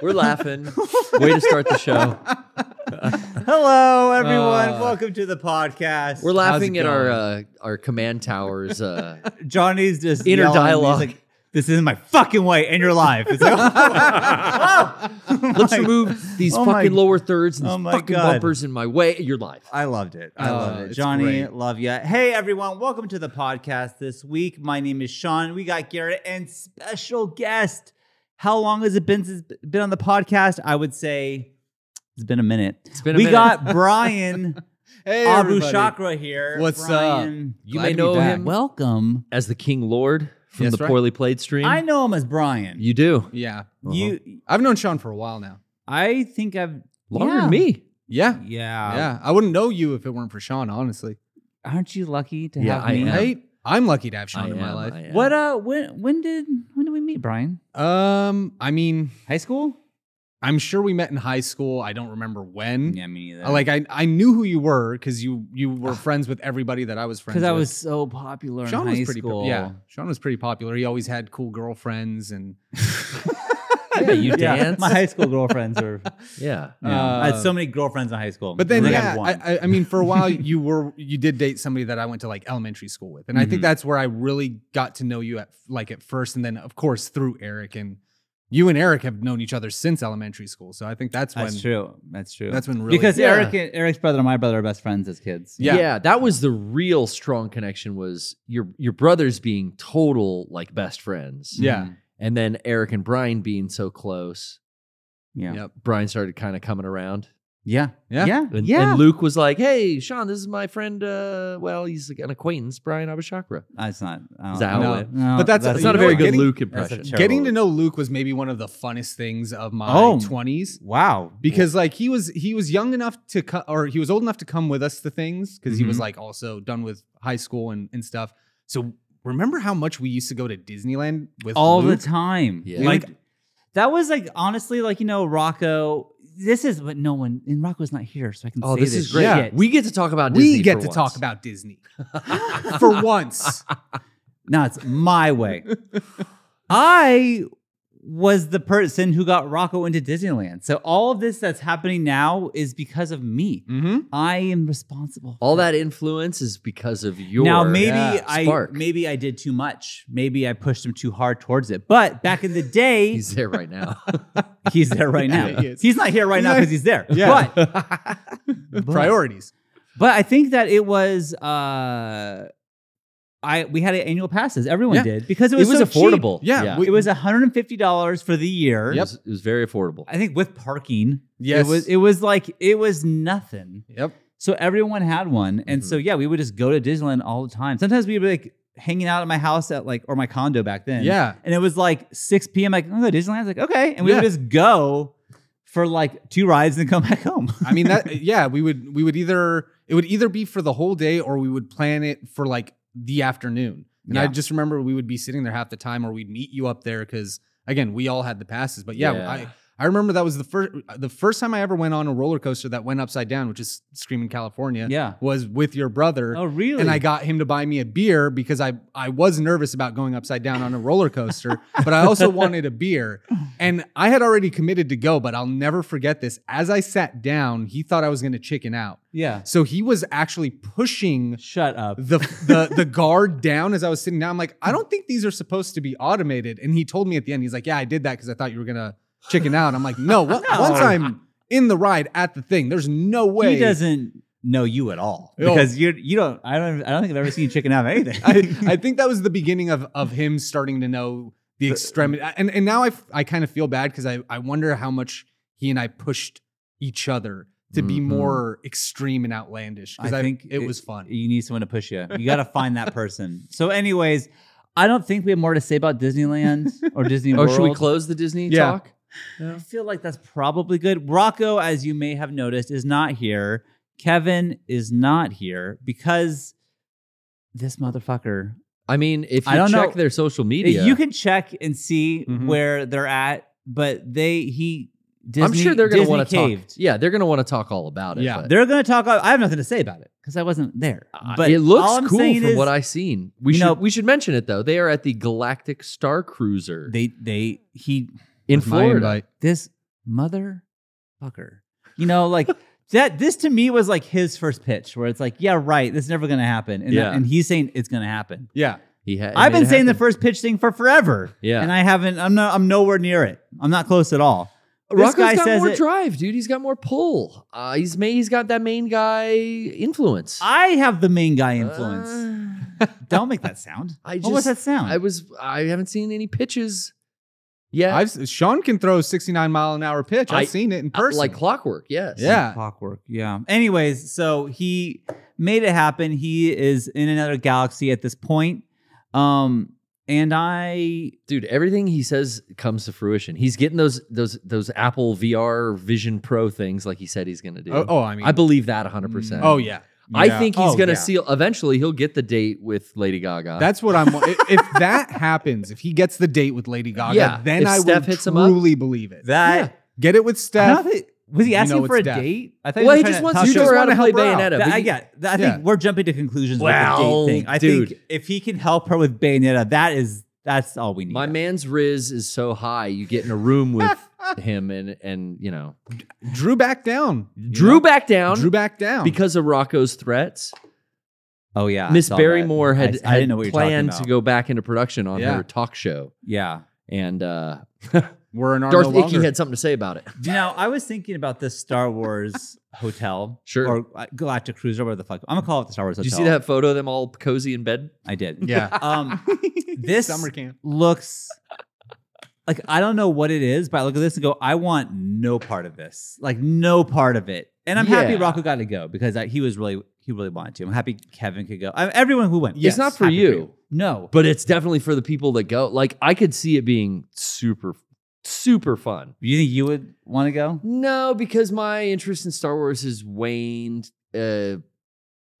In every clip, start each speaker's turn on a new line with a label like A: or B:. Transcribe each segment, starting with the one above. A: We're laughing. Way to start the show.
B: Hello, everyone.
A: Uh,
B: Welcome to the podcast.
A: We're laughing at our
C: going?
A: uh, our command towers. Uh,
B: Johnny's just
A: Inner
B: yelling. He's
A: dialogue.
B: like, this isn't my fucking way, and you're live. It's like,
A: let's remove these
B: oh my-
A: fucking lower thirds and
B: oh
A: these
B: my
A: fucking
B: God.
A: bumpers in my way. You're live.
B: I loved it. I
A: Oh,
B: loved it.
A: it's
B: Johnny,
A: great.
B: love ya. Hey, everyone. Welcome to the podcast this week. My name is Sean. We got Garrett and special guest. How long has it been since been on the podcast? I would say it's been a minute.
A: It's been a
B: we
A: minute.
B: got Brian
C: Hey,
B: Abu
C: everybody.
B: Chakra here.
C: What's
B: Brian,
A: You
C: Glad
A: may
C: to be
A: know
C: back.
A: him
B: Welcome.
A: as the King Lord from
C: That's
A: the
C: right.
A: poorly played stream.
B: I know him as Brian.
A: You do
C: Yeah,
B: you
C: I've known Sean for a while now.
B: I think I've
A: longer
B: yeah.
A: than me.
C: Yeah,
B: Yeah.
C: yeah. I wouldn't know you if it weren't for Sean, honestly.
B: Aren't you lucky to
A: Yeah,
B: have
A: I
B: me?
A: am.
C: Right? I'm lucky to have Sean
A: I
C: in my
A: am,
C: life.
A: I am.
B: What uh when when did when did we meet, Brian?
C: Um, I mean,
B: High school?
C: I'm sure we met in high school. I don't remember when.
B: Mm-hmm. me neither.
C: I- Like I, I knew who you were because you you were friends with everybody that I was friends.
B: because I
C: with.
B: was so popular
C: Sean
B: in high
C: was pretty.
B: school.
C: Po- yeah, Sean was pretty popular. He always had cool girlfriends, and
A: I bet you
B: Yeah,
A: dance.
B: My high school girlfriends are.
A: Yeah.
B: Yeah. I had
C: Uh,
B: so many girlfriends in high school.
C: But then,
B: I think I
C: yeah,
B: had one.
C: I, I, I mean, for a while you were you did date somebody that I went to like elementary school with, and I
B: Mhm.
C: think that's where I really got to know you at like at first, and then of course through Eric and you and Eric have known each other since elementary school, so I think that's when
B: that's true. That's true.
C: that's when really
B: because
A: Yeah.
B: Eric, and, Eric's brother and my brother are best friends as kids.
C: Yeah.
A: that was the real strong connection was your your brothers being total like best friends.
C: yeah
A: And then Eric and Brian being so close.
B: Mm-hmm. yeah,
C: Yep.
A: Brian started kind of coming around.
B: yeah, yeah,
C: Yeah.
B: yeah.
A: And, and Luke was like, "Hey, Sean, this is my friend. Uh, well, he's like an acquaintance, Brian Abishakra."
B: that's not. I don't-
A: Is that how it
C: No.
A: went?
B: No,
C: But that's-
A: That's
C: you
A: not a
C: know
A: very
C: what?
A: good
C: Getting-
A: Luke
B: that's a
A: impression.
B: terrible-
C: getting to know Luke was maybe one of the funnest things of my
B: Oh.
C: twenties.
B: wow.
C: because like he was he was young enough to co- or he was old enough to come with us to things because he was
B: Mhm.
C: like also done with high school and, and stuff so remember how much we used to go to disneyland with
B: all
C: Luke?
B: the time.
A: Yeah.
B: dude.
C: Like-
B: that was like honestly, like you know, Rocco. This is what no one and Rocco's not here, so I can.
A: Oh,
B: say
A: this is great.
B: shit.
A: We get to talk about
C: we
A: Disney
C: get
A: for
C: to
A: once.
C: talk about disney for once
B: Now it's my way. I was the person who got Rocco into Disneyland. So all of this that's happening now is because of me.
C: mm-hmm.
B: I am responsible.
A: all that influence is because of your
B: now maybe
C: yeah,
B: I
A: spark.
B: maybe I did too much. Maybe I pushed him too hard towards it. But back in the day,
A: He's there right now.
B: he's there right now.
C: Yeah, he is.
B: he's not here right
C: He's
B: now
C: not-
B: because he's there.
C: Yeah.
B: But
C: priorities
B: But I think that it was uh I we had annual passes. Everyone
C: Yeah.
B: did because it
A: It
B: was,
A: was,
B: so cheap.
A: affordable.
C: Yeah,
B: It was $150 for the year.
A: It, was, it was very affordable.
B: I think with parking.
C: Yes.
B: It was it was like it was nothing.
C: yep
B: So everyone had one. And
C: Mm-hmm.
B: so yeah, we would just go to Disneyland all the time. Sometimes we'd be like hanging out at my house at like or my condo back then.
C: yeah
B: And it was like 6 p.m. like, oh Disneyland's like, okay. And we would
C: Yeah.
B: just go for like two rides and come back home.
C: i mean that yeah we would we would either it would either be for the whole day or we would plan it for like the afternoon and i
B: Yeah.
C: just remember we would be sitting there half the time or we'd meet you up there because again we all had the passes but yeah. I, I remember that was the first the first time I ever went on a roller coaster that went upside down, which is Screaming California.
B: Yeah.
C: was with your brother,
B: Oh really?
C: and I got him to buy me a beer because I I was nervous about going upside down on a roller coaster, but I also wanted a beer, and I had already committed to go, but I'll never forget this. As I sat down, he thought I was going to chicken out,
B: yeah.
C: so he was actually pushing
B: Shut up.
C: the the the guard down as I was sitting down. I'm like, I don't think these are supposed to be automated. And he told me at the end, he's like, Yeah, I did that because I thought you were gonna chicken out. I'm like, No, what,
B: No.
C: once I'm in the ride at the thing, there's no way.
B: He doesn't know you at all
A: Oh.
C: No.
B: because you you don't. I don't. I don't think I've ever seen you chicken out of anything.
C: I, I think that was the beginning of of him starting to know the extremity. And and now I f- I kind of feel bad because I I wonder how much he and I pushed each other to be
A: Mhm.
C: more extreme and outlandish because Mm-hmm. I, think it, was fun.
B: You need someone to push you. You got to find that person. So, anyways, I don't think we have more to say about Disneyland or Disney
A: oh,
B: World.
A: should we close the Disney
C: Yeah.
A: talk?
B: I feel like that's probably good. Rocco, as you may have noticed, is not here. Kevin is not here because this motherfucker.
A: I mean, if you
B: I don't
A: check
B: know.
A: their social media, Mm-hmm.
B: You can check and see
C: Mhm.
B: where they're at, but they he Disney,
A: I'm sure they're going to
B: Disney
A: want to talk.
B: caved.
A: Yeah, they're going to want to talk all about it.
C: Yeah.
A: but-
B: They're going to talk. I have nothing to say about it because I wasn't there.
A: Uh,
B: But
A: it
B: all
A: looks
B: I'm
A: cool
B: saying
A: from
B: is
A: what I've seen. We
B: you
A: should
B: know-
A: we should mention it though. They are at the Galactic Star Cruiser
B: They they he
A: in
C: With my
A: Florida.
C: invite.
B: this motherfucker. You know, like that. This to me was like his first pitch, where it's like, yeah, right. This is never going to happen, and,
A: Yeah.
B: and he's saying it's going to happen.
C: Yeah.
A: He ha-
B: I've
A: made
B: been
A: it
B: saying the
A: happen.
B: first pitch thing for forever.
A: Yeah.
B: and I haven't. I'm not. I'm nowhere near it. I'm not close at all. This
A: Rocco's
B: guy
A: got
B: says
A: more
B: it-
A: drive, dude. He's got more pull. Uh, he's made, he's got that main guy influence.
B: I have the main guy influence.
A: Uh,
B: Don't make that sound.
A: I
B: what was
A: just-
B: that sound?
A: I was I haven't seen any pitches yet.
C: I've Sean can throw a 69 mile an hour pitch. I've
A: I-
C: seen it in
A: Uh,
C: person.
A: like clockwork. Yes.
C: yeah.
B: Clockwork. Yeah. Anyways, so he made it happen. He is in another galaxy at this point. Um, and I
A: dude. Everything he says comes to fruition. He's getting those those those Apple VR Vision Pro things like he said he's going to do.
C: Oh, oh, I mean.
A: I believe that 100%.
C: oh yeah.
A: I
C: Yeah.
A: think he's
C: Oh,
A: gonna
C: yeah.
A: seal. Eventually, he'll get the date with Lady Gaga.
C: That's what I'm. i- if that happens, if he gets the date with Lady Gaga,
A: Yeah,
C: then
A: if
C: I
A: Steph
C: will
A: hits him up.
C: truly believe it.
B: that
C: Get it
B: I
C: with
B: don't
C: Steph.
B: think- was he
C: You
B: asking
C: know
B: for
C: it's
B: a
C: death.
B: date? I thought
A: well,
B: was
A: he
B: trying
A: just
B: to
A: wants
B: talk
A: to
C: you
B: shit.
A: show
C: just
A: her how
C: wanna
A: to play
C: help her out.
A: Bayonetta.
B: That-
A: but
B: I,
A: he-
B: yeah, that- I think
C: Yeah.
B: we're jumping to conclusions
A: Wow,
B: with the date thing. I
A: dude.
B: think if he can help her with Bayonetta, that is that's all we need.
A: my man's riz is so high. You get in a room with him, and and you know,
C: Drew back down. You
A: Drew
C: know?
A: back down
C: Drew back down.
A: because of Rocco's threats.
B: Oh yeah, I
A: Miss
B: saw that.
A: Barrymore had,
B: I, I
A: had
B: didn't know what you were talking
A: planned to
B: about.
A: go back into production on
C: Yeah.
A: her talk show,
B: Yeah.
A: and uh,
C: we're an
A: Darth
C: Arnold
A: Icky
C: longer.
A: had something to say about it.
B: You know, I was thinking about this Star Wars hotel,
A: Sure.
B: or uh, Galactic Cruiser, whatever the fuck. I'm gonna call it the Star Wars
A: Did
B: hotel.
A: you see that photo of them all cozy in bed?
B: I did.
C: Yeah.
B: Um, This-
C: summer camp.
B: looks like I don't know what it is, but I look at this and go, I want no part of this, like no part of it. And I'm happy
A: Yeah.
B: Rocco got to go because I, he was really he really wanted to. I'm happy Kevin could go. I, everyone who went,
C: Yes,
A: it's not for
B: happy
A: you,
B: No,
A: but it's definitely for the people that go. Like I could see it being super, super fun.
B: you think you would want to go?
A: No, because my interest in Star Wars has waned uh,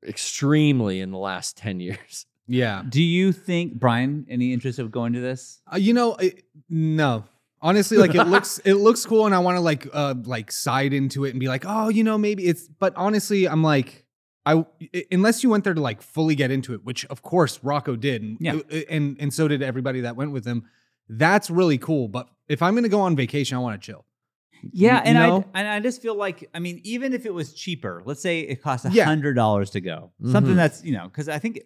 A: extremely in the last 10 years.
C: Yeah.
B: Do you think Brian any interest of going to this?
C: Uh, you know, it, no. Honestly, like it looks, it looks cool, and I want to like, uh, like side into it and be like, oh, you know, maybe it's. But honestly, I'm like, I i- unless you went there to like fully get into it, which of course Rocco did, and uh,
B: Yeah.
C: and, and so did everybody that went with him. That's really cool. But if I'm gonna go on vacation, I want to chill.
B: Yeah,
C: You
B: and
C: know?
B: I and I just feel like I mean, even if it was cheaper, let's say it costs a
C: Yeah. Mm-hmm.
B: hundred dollars to go,
A: Mhm.
B: something that's you know, because I think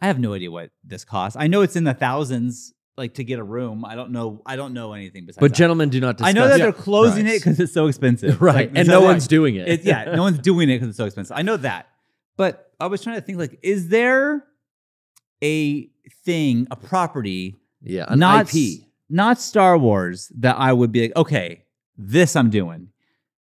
B: I have no idea what this costs. I know it's in the thousands, like to get a room. I don't know. I don't know anything besides.
A: But
B: that.
A: gentlemen do not discuss.
B: I know that
C: Yeah.
B: they're closing it
A: price.
B: because it's so expensive,
A: right.
B: Like,
A: and
B: so
A: no
B: like,
A: one's doing it.
B: It, yeah, no one's doing it because it's so expensive. I know that, but I was trying to think like, is there a thing, a property
A: yeah, an
B: not
A: IP.
B: not Star Wars that I would be like, okay, this I'm doing.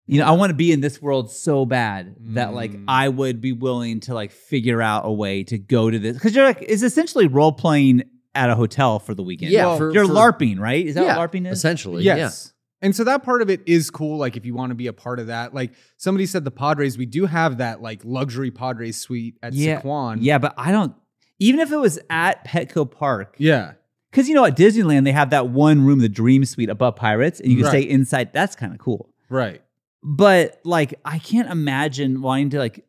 B: You know, I want to be in this world so bad that like
C: Mm.
B: I would be willing to like figure out a way to go to this because you're like it's essentially role playing at a hotel for the weekend.
A: Yeah,
C: Well,
A: for,
B: you're
A: for-
B: LARPing, right? Is that
A: Yeah,
B: what LARPing is?
A: essentially.
C: Yes. And so that part of it is cool. Like if you want to be a part of that, like somebody said, the Padres, we do have that like luxury Padres suite at
B: Yeah.
C: Saquon.
B: Yeah, but I don't. Even if it was at Petco Park,
C: Yeah.
B: because you know at Disneyland they have that one room, the Dream Suite above Pirates, and you can
C: Right.
B: stay inside. That's kind of cool.
C: Right.
B: but like I can't imagine wanting to like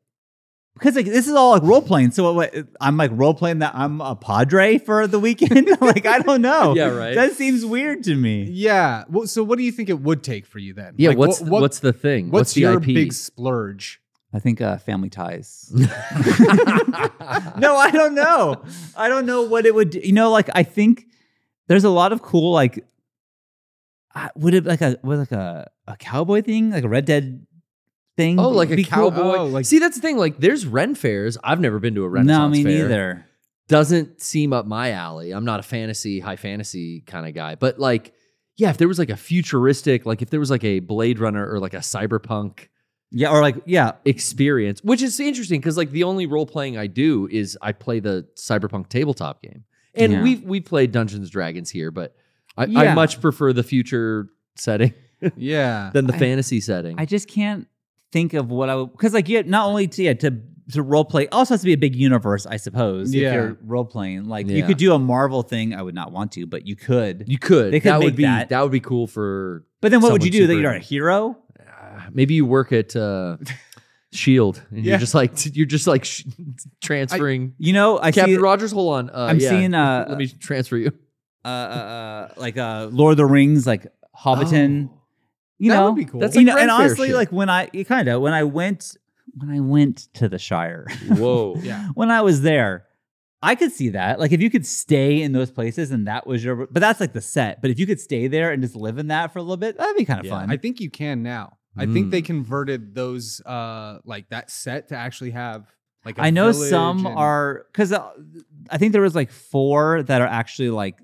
B: because like this is all like role playing. So what, I'm like role playing that I'm a padre for the weekend. like I don't know.
A: Yeah, right.
B: Oh, That seems weird to me.
C: Yeah. Well, so what do you think it would take for you then?
A: Yeah.
C: Like,
A: what's
C: what- what-
A: what's the thing?
C: what's,
A: What's, the
C: your
A: IP?
C: big splurge?
B: I think uh, family ties. no, I don't know. I don't know what it would. You know, like I think there's a lot of cool like. I- Would it like a would like a a cowboy thing like a Red Dead thing?
A: oh, like a
B: Be cool.
A: cowboy.
C: Oh, like-
A: See, that's the thing. Like, there's Ren fairs. I've never been to a Renaissance
B: no, me
A: fair.
B: neither.
A: doesn't seem up my alley. I'm not a fantasy, high fantasy kind of guy. But like, yeah, if there was like a futuristic, like if there was like a Blade Runner or like a cyberpunk
B: Yeah, or like yeah,
A: experience, which is interesting because like the only role playing I do is I play the cyberpunk tabletop game. And
B: Yeah.
A: we've we played Dungeons and Dragons here, but I, I
B: Yeah.
A: much prefer the future setting
C: Yeah.
A: than the
B: I-
A: fantasy setting.
B: I just can't think of what I would because like yeah, not only to yeah, to to role play also has to be a big universe, I suppose.
C: Yeah.
B: If you're role playing, like you
A: Yeah.
B: could do a Marvel thing. I would not want to, but you could.
A: You could.
B: They could
A: that
B: make
A: would be
B: that.
A: that. would be cool for
B: But then what would you do?
A: Someone
B: That you're
A: super-
B: not a hero?
A: uh, maybe you work at uh, Shield and
C: Yeah.
A: you're just like you're just like sh- transferring
B: You know, I
A: Captain
B: see.
A: Rogers. Hold on. Uh,
B: I'm
A: yeah,
B: seeing uh,
A: Let me transfer you.
B: uh, uh, uh, like uh, Lord of the Rings, like Hobbiton.
A: Oh.
B: You
C: that
B: know,
C: would be cool.
A: that's
B: you
A: like
B: know, and
A: Renfair
B: honestly,
A: shit.
B: like when I kind of when I went when I went to the Shire,
A: Whoa.
C: Oh, yeah.
B: when I was there, I could see that. Like if you could stay in those places and that was your, but that's like the set. But if you could stay there and just live in that for a little bit, that'd be kind of
A: Yeah,
B: fun.
C: I think you can now. I think they converted those uh like that set to actually have like I
B: I know some
C: are.
B: are because I think there was like four that are actually like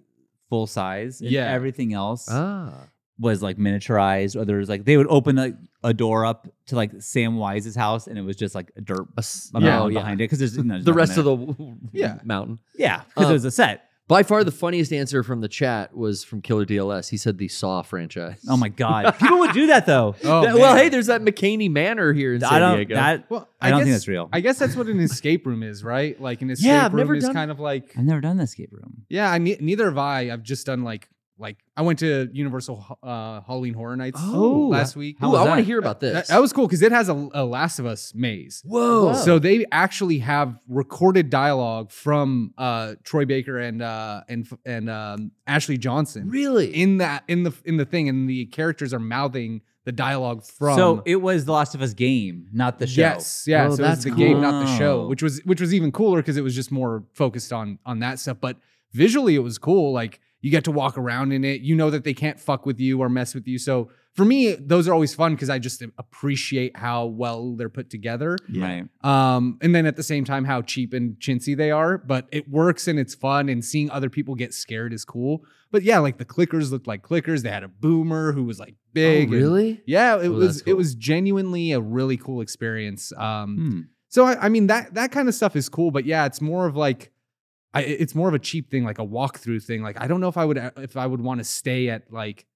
B: full size. and
C: Yeah.
B: everything else
A: Ah.
B: was like miniaturized. Or there was like they would open a, a door up to like Sam Wise's house, and it was just like a dirt
A: A s-
B: a
A: yeah, Oh,
B: mound
A: yeah.
B: behind it because there's you know, there's
A: The
B: nothing
A: rest
B: there.
A: of the
C: Yeah.
A: mountain.
B: yeah because
A: Uh,
B: it was a set.
A: By far, the funniest answer from the chat was from Killer DLS. He said the Saw franchise.
B: Oh my god, people would do that though.
C: Oh,
A: That- well,
C: man.
A: hey, there's that McCaney Manor here in San
B: I don't.
A: Diego.
B: That
C: Well,
B: I, don't
C: guess,
B: think that's real.
C: I guess that's what an escape room is, right? Like an escape
A: I've
C: room
A: never
C: is
A: done-
C: kind of like
B: I've never done the escape room.
C: yeah. I ne- neither have I. I've just done like like I went to Universal uh, Halloween Horror Nights
A: Oh.
C: last week.
B: How
A: Ooh,
B: was
A: I want to
B: that?
A: hear about this.
C: That, that was cool because it has a, a Last of Us maze.
A: whoa.
C: So they actually have recorded dialogue from uh, Troy Baker and uh, and and um, Ashley Johnson
A: really
C: in that in the in the thing, and the characters are mouthing the dialogue from.
B: so it was the Last of Us game, not the show.
C: Yes, yeah.
A: Oh,
C: so
A: that's
C: it's the
B: cool.
C: game, not the show,
B: Oh.
C: which was which was even cooler because it was just more focused on on that stuff. But visually, it was cool. Like you get to walk around in it. You know that they can't fuck with you or mess with you. So for me, those are always fun because I just appreciate how well they're put together.
B: Right.
C: Um, and then at the same time, how cheap and chintzy they are. But it works and it's fun, and seeing other people get scared is cool. But yeah, like the clickers looked like clickers. They had a boomer who was like big.
A: Oh,
C: and-
A: really?
C: yeah, it
A: Ooh,
C: was
A: that's
C: it
A: cool.
C: was genuinely a really cool experience. Um,
B: Hmm.
C: so I, I mean that that kind of stuff is cool, but yeah, it's more of like I, it's more of a cheap thing, like a walkthrough thing. Like I don't know if I would uh, if I would want to stay at like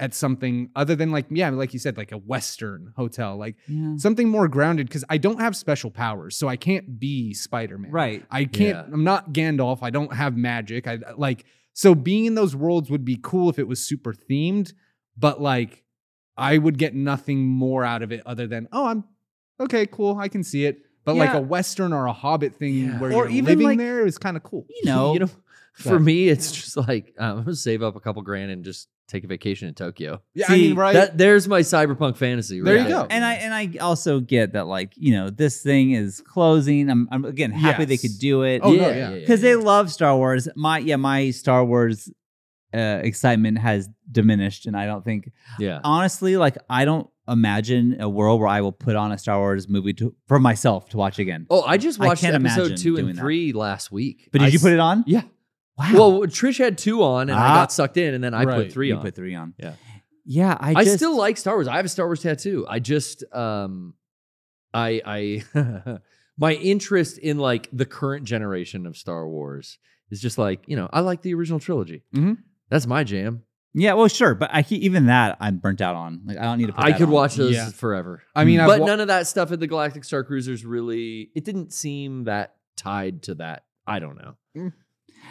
C: at something other than like yeah, like you said, like a Western hotel, like
B: Yeah.
A: Hmm.
C: something more grounded because I don't have special powers, so I can't be Spider Man.
B: Right.
C: I can't.
A: Yeah.
C: I'm not Gandalf. I don't have magic. I like so being in those worlds would be cool if it was super themed, but like I would get nothing more out of it other than oh I'm okay, cool, I can see it. But like
B: Yeah.
C: a western or a hobbit thing
A: Yeah.
C: where
B: Or
C: you're
B: even,
C: living
B: like-
C: there is kind of cool.
B: You know.
A: you know,
C: Go
A: for
C: ahead.
A: me, it's just like um, I'm gonna save up a couple grand and just take a vacation in Tokyo.
C: Yeah, I
B: See,
C: mean, right?
A: That there's my cyberpunk fantasy.
C: There
A: right
C: you go.
B: And I and I also get that like you know this thing is closing. I'm I'm again happy they
C: Yes.
B: could do it.
C: Oh, no,
A: yeah,
C: yeah.
B: because they love Star Wars. My yeah, my Star Wars uh, excitement has diminished, and I don't think
A: yeah.
B: honestly, like I don't imagine a world where I will put on a Star Wars movie to, for myself to watch again.
A: Oh, I just
B: I
A: watched
B: can't
A: episode
B: imagine
A: two
B: doing
A: and
B: that.
A: three last week.
B: but did
A: I
B: you put
A: s-
B: it on?
A: Yeah.
B: Wow.
A: Well, Trish had two on, and I
B: Ah.
A: got sucked in, and then I
C: Right.
A: put three
B: you
A: on.
B: put three on.
A: Yeah.
B: Yeah. I,
A: I
B: just,
A: still like Star Wars. I have a Star Wars tattoo. I just um I I my interest in like the current generation of Star Wars is just like, you know, I like the original trilogy.
B: Mm-hmm.
C: Mhm.
A: That's my jam.
B: Yeah. Well, sure, but I keep, even that I'm burnt out on. Like I don't need to. Put
A: I
B: that
A: could
B: on.
A: watch those
C: Yeah.
A: forever.
C: I mean, I've
A: but
C: wa-
A: none of that stuff at the Galactic Star Cruisers really it didn't seem that tied to that. I don't know.
C: Mm.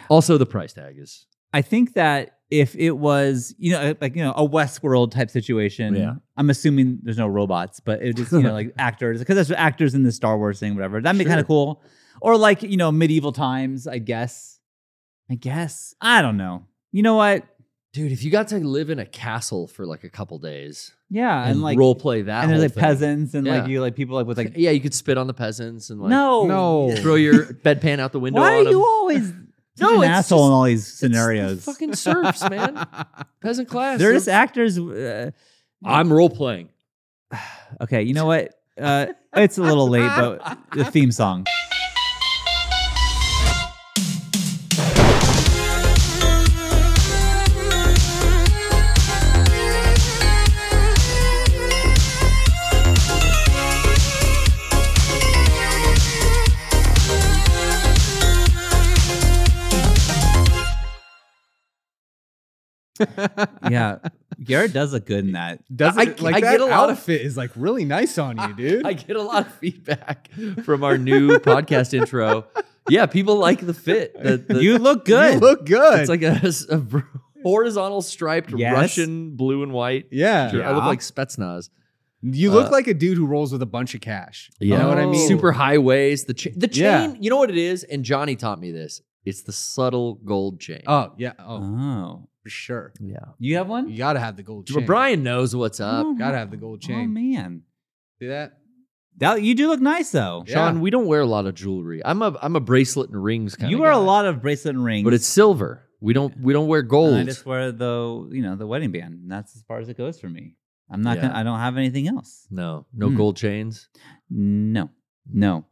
A: Also the price tag is
B: I think that if it was, you know, like you know, a Westworld type situation,
A: Yeah.
B: I'm assuming there's no robots, but it just you know like actors because that's actors in the Star Wars thing, whatever. That'd be kind
A: Sure.
B: of cool, or like you know medieval times, I guess. I guess I don't know. You know what?
A: Dude, if you got to live in a castle for like a couple days
B: Yeah, and,
A: and,
B: like
A: role play that
B: and there's
A: whole
B: like
A: thing.
B: peasants and like
A: Yeah.
B: you like people like with like
A: yeah, you could spit on the peasants and like
B: no
C: No.
A: throw your bedpan out the window.
B: Why
A: on
B: are you
A: 'em.
B: always
A: No,
B: such an
A: it's
B: asshole
A: just-
B: in all these
A: It's the
B: scenarios?
A: fucking serfs, man. Peasant class.
B: They're just actors. Uh,
A: I'm role playing.
B: Okay, you know what? Uh, it's a little late, but the theme song. Yeah, Garrett does look good in that.
C: Does
A: I-
C: it, like
A: I
C: that
A: get a lot of-
C: outfit is like really nice on you, dude.
A: I get a lot of feedback from our new podcast intro. Yeah, people like the fit. The, the,
B: You look good.
C: You look good.
A: It's like a, a horizontal striped
B: Yes.
A: Russian blue and white.
C: yeah.
A: I look
B: Yeah.
A: like Spetsnaz.
C: You look
A: Uh,
C: like a dude who rolls with a bunch of cash.
A: Yeah.
C: You know what I mean?
A: Super high waist. The cha- the chain.
C: Yeah.
A: You know what it is, and Johnny taught me this. It's the subtle gold chain.
C: Oh yeah. Oh,
A: Uh.
B: oh,
C: for sure.
A: yeah.
B: you have one?
C: You gotta have the gold
A: But
C: chain.
A: Brian knows what's up.
B: Oh,
C: Gotta have the gold
B: Oh
C: chain.
B: man,
C: See that?
B: that you do look nice though.
C: Yeah.
A: Sean, we don't wear a lot of jewelry. I'm a I'm a bracelet and rings kind of.
B: You wear a lot of bracelet and rings,
A: but it's silver. We don't we don't wear
B: and
A: gold.
B: I just wear the you know the wedding band, and that's as far as it goes for me. I'm not.
A: Yeah.
B: gonna I don't have anything else.
A: no, no
B: Hmm.
A: gold chains.
B: No, no.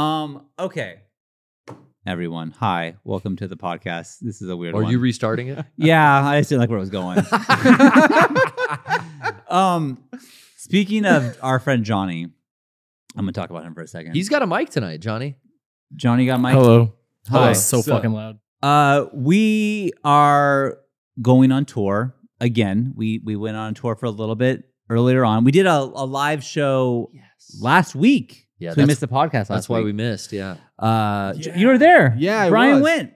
B: Um. Okay. Everyone, hi. Welcome to the podcast. This is a weird
A: Are
B: one.
A: you restarting it?
B: yeah, I just didn't like where it was going. um, speaking of our friend Johnny, I'm gonna talk about him for a second.
A: He's got a mic tonight, Johnny.
B: Johnny got my
D: Hello.
B: Hi.
D: That's so
A: What's up?
D: fucking loud.
B: Uh, we are going on tour again. We we went on tour for a little bit earlier on. We did a, a live show
A: Yes.
B: last week.
A: Yeah,
B: so we
A: that's-
B: missed the podcast. Last
A: That's why we
B: week.
A: missed. Yeah.
B: Uh, J-
D: Yeah.
B: you were there.
C: Yeah, I
B: Brian
C: was.
B: went.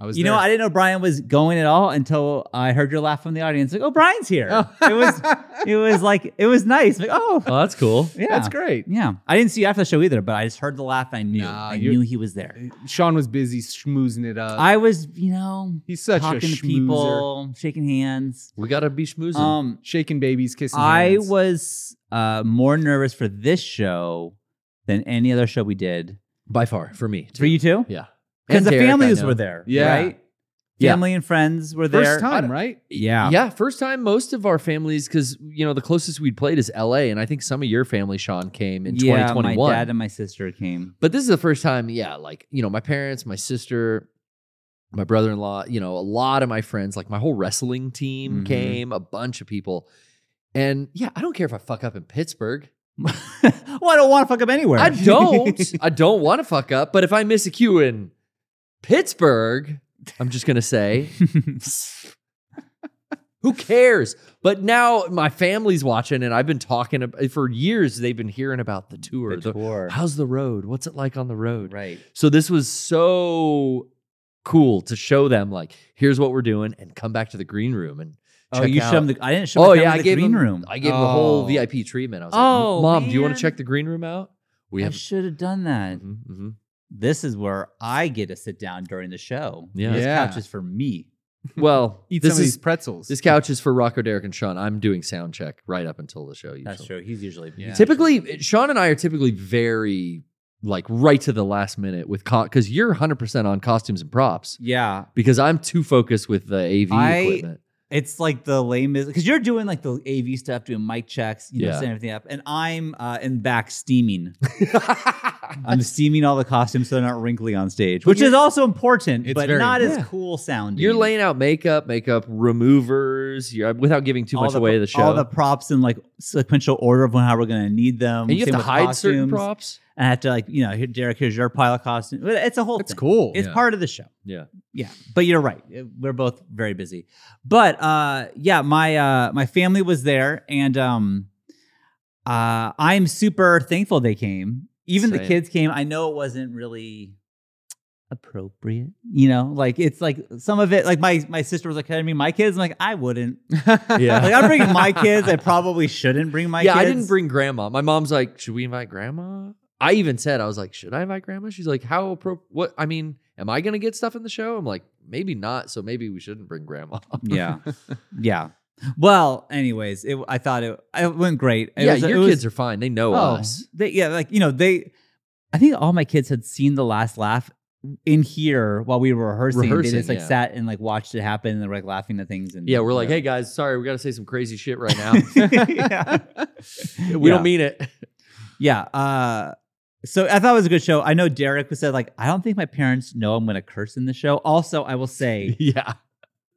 C: I was
B: You know, I didn't know Brian was going at all until I heard your laugh from the audience. Like, oh, Brian's here. it was it was like it was nice. Like, oh,
A: Oh, that's cool.
B: yeah,
C: That's great.
B: Yeah, I didn't see you after the show either, but I just heard the laugh. And I knew.
C: Nah,
B: I
C: you-
B: knew he was there.
C: Sean was busy schmoozing it up.
B: I was, you know,
C: He's such a
B: talking to
C: schmoozer.
B: people, shaking hands.
A: We gotta be schmoozing.
B: Um,
C: Shaking babies, kissing.
B: I
C: hands.
B: was uh, more nervous for this show than any other show we did.
A: By far, for me.
B: For you too?
A: Yeah.
B: Because
A: And
B: the
A: Derek, I
B: families
A: know.
B: were there.
C: Yeah.
B: Right?
A: Yeah.
B: Family and friends were there.
C: first
B: I-
C: time, right?
B: Yeah.
A: Yeah, first time most of our families, because you know the closest we'd played is L.A., and I think some of your family, Sean, came in
B: Yeah,
A: 2021.
B: My dad and my sister came.
A: but this is the first time, yeah, like, you know, my parents, my sister, my brother in law, you know, a lot of my friends, like my whole wrestling team
B: Mhm.
A: came, a bunch of people. And yeah, I don't care if I fuck up in Pittsburgh.
B: well, I don't want to fuck up anywhere.
A: I don't. I don't want to fuck up. But if I miss a cue in Pittsburgh, I'm just going to say, who cares? But now my family's watching, and I've been talking ab- for years, they've been hearing about the tour.
B: The tour.
A: How's the road? What's it like on the road?
B: Right.
A: So this was so cool to show them like here's what we're doing and come back to the green room and
B: Oh,
A: Check
B: you
A: out.
B: showed him the. I didn't show
A: oh
B: him
A: yeah,
B: the
A: I gave
B: green
A: him,
B: room.
A: I gave him the whole
C: Oh.
A: VIP treatment. I was
B: Oh,
A: like, "Mom, do you want
B: man.
A: to check the green room out?" We
B: I
A: have
B: should have done that.
A: Mhm, mhm.
B: This is where I get to sit down during the show.
A: Yeah.
B: This
C: Yeah.
B: couch is for me.
A: Well,
C: Eat
A: this
C: some of
A: is
C: these pretzels.
A: this couch is for Rocco, Derek, and Sean. I'm doing sound check right up until the show. Usually.
B: That's true. He's usually
C: Yeah.
A: Typically, eh, Sean and I are typically very like right to the last minute with because you're 100 percent on costumes and props
B: Yeah,
A: because I'm too focused with the AV
B: I-
A: equipment.
B: it's like the lame is because you're doing like the AV stuff, doing mic checks, you know,
A: Yeah.
B: setting everything up, and I'm uh, in back steaming. I'm steaming all the costumes so they're not wrinkly on stage,
C: But
B: which is
C: you're-
B: also important,
C: It's
B: but
C: very
B: not as
A: important.
B: cool sounding.
A: You're laying out makeup, makeup removers, you're, uh, without giving too
B: all
A: much away of the show.
B: All the props in like sequential order of when how we're gonna need them.
A: and you
B: Same
A: have to
B: with
A: hide certain
B: costumes.
A: props.
B: And I have to like you know, here, Derek, here's your pilot costume. But It's a whole.
C: That's
B: thing.
C: cool.
B: It's
A: Yeah.
B: part of the show.
A: Yeah.
B: Yeah, but you're right. It- We're both very busy. But uh yeah, my uh my family was there and um uh I'm super thankful they came. Even the
A: Same.
B: kids came. I know it wasn't really appropriate, you know? Like it's like some of it like my my sister was like, "Can I bring my kids?" I'm like, "I wouldn't."
A: Yeah.
B: Like I'm bringing my kids. I probably shouldn't bring my
A: yeah,
B: kids.
A: I didn't bring grandma. My mom's like, should we invite grandma? I even said, I was like, should I invite grandma? She's like, how appropriate? What? I mean, am I going to get stuff in the show? I'm like, maybe not. So maybe we shouldn't bring grandma.
B: Yeah. yeah. Well, anyways, it, I thought it, it went great. It
A: yeah,
B: was-
A: your
B: it was-
A: kids are fine. They know Oh, us.
B: Oh, They, yeah, like you know, they. I think all my kids had seen the last laugh in here while we were rehearsing. they just
A: Rehearsing,
B: like
A: yeah.
B: sat and like watched it happen and they were like laughing at things. And
A: Yeah, we're like, hey guys, sorry, we got to say some crazy shit right now.
B: yeah,
A: we
B: Yeah.
A: don't mean it.
B: yeah. Uh, so I thought it was a good show. I know Derek was said like, I don't think my parents know I'm going to curse in the show. Also, I will say
A: yeah.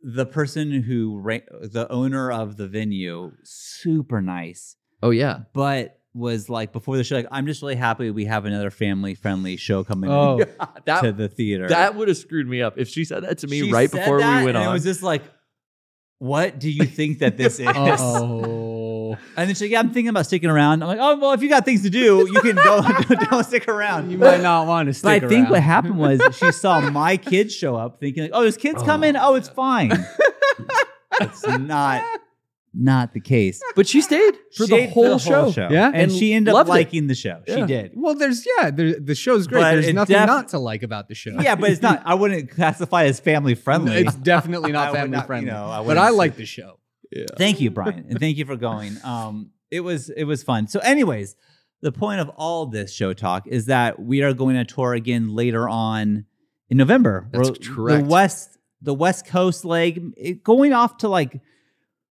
B: the person who ran, the owner of the venue, super nice.
A: Oh yeah.
B: but was like before the show, like I'm just really happy we have another family friendly show coming
C: Oh.
B: in to
A: That
B: the theater.
A: that would have screwed me up if she said that to me
B: She
A: right
B: said
A: before
B: that,
A: we went
B: and
A: on.
B: It was just like, what do you think that this is?
C: Oh,
B: And then she's like, yeah, I'm thinking about sticking around. I'm like, oh, well, if you got things to do, you can go. don't stick around.
C: you might not want to stick
B: but I think what
C: around.
B: happened was she saw my kids show up thinking, like, oh, there's kids
A: Oh.
B: coming. Oh, it's fine. it's not not the case.
A: But she stayed for
B: She
A: the
B: ate
A: whole, show.
C: Yeah.
B: And,
A: And
B: she ended up
A: loved it.
B: liking the show. She
A: Yeah.
B: did.
C: Well, there's yeah, there, the show's great.
B: But
C: there's
B: it
C: nothing
B: def-
C: not to like about the show.
B: Yeah, but it's not, I wouldn't classify it as family friendly.
C: it's definitely
B: I
C: not
B: would
C: family
B: not, you
C: friendly.
B: know, I
C: but
B: wouldn't
C: I
B: say-
C: like the show.
B: thank you brian and thank you for going um it was it was fun so anyways the point of all this show talk is that we are going to tour again later on in november
A: That's
B: We're-
A: correct.
B: the west the west coast leg it- going off to like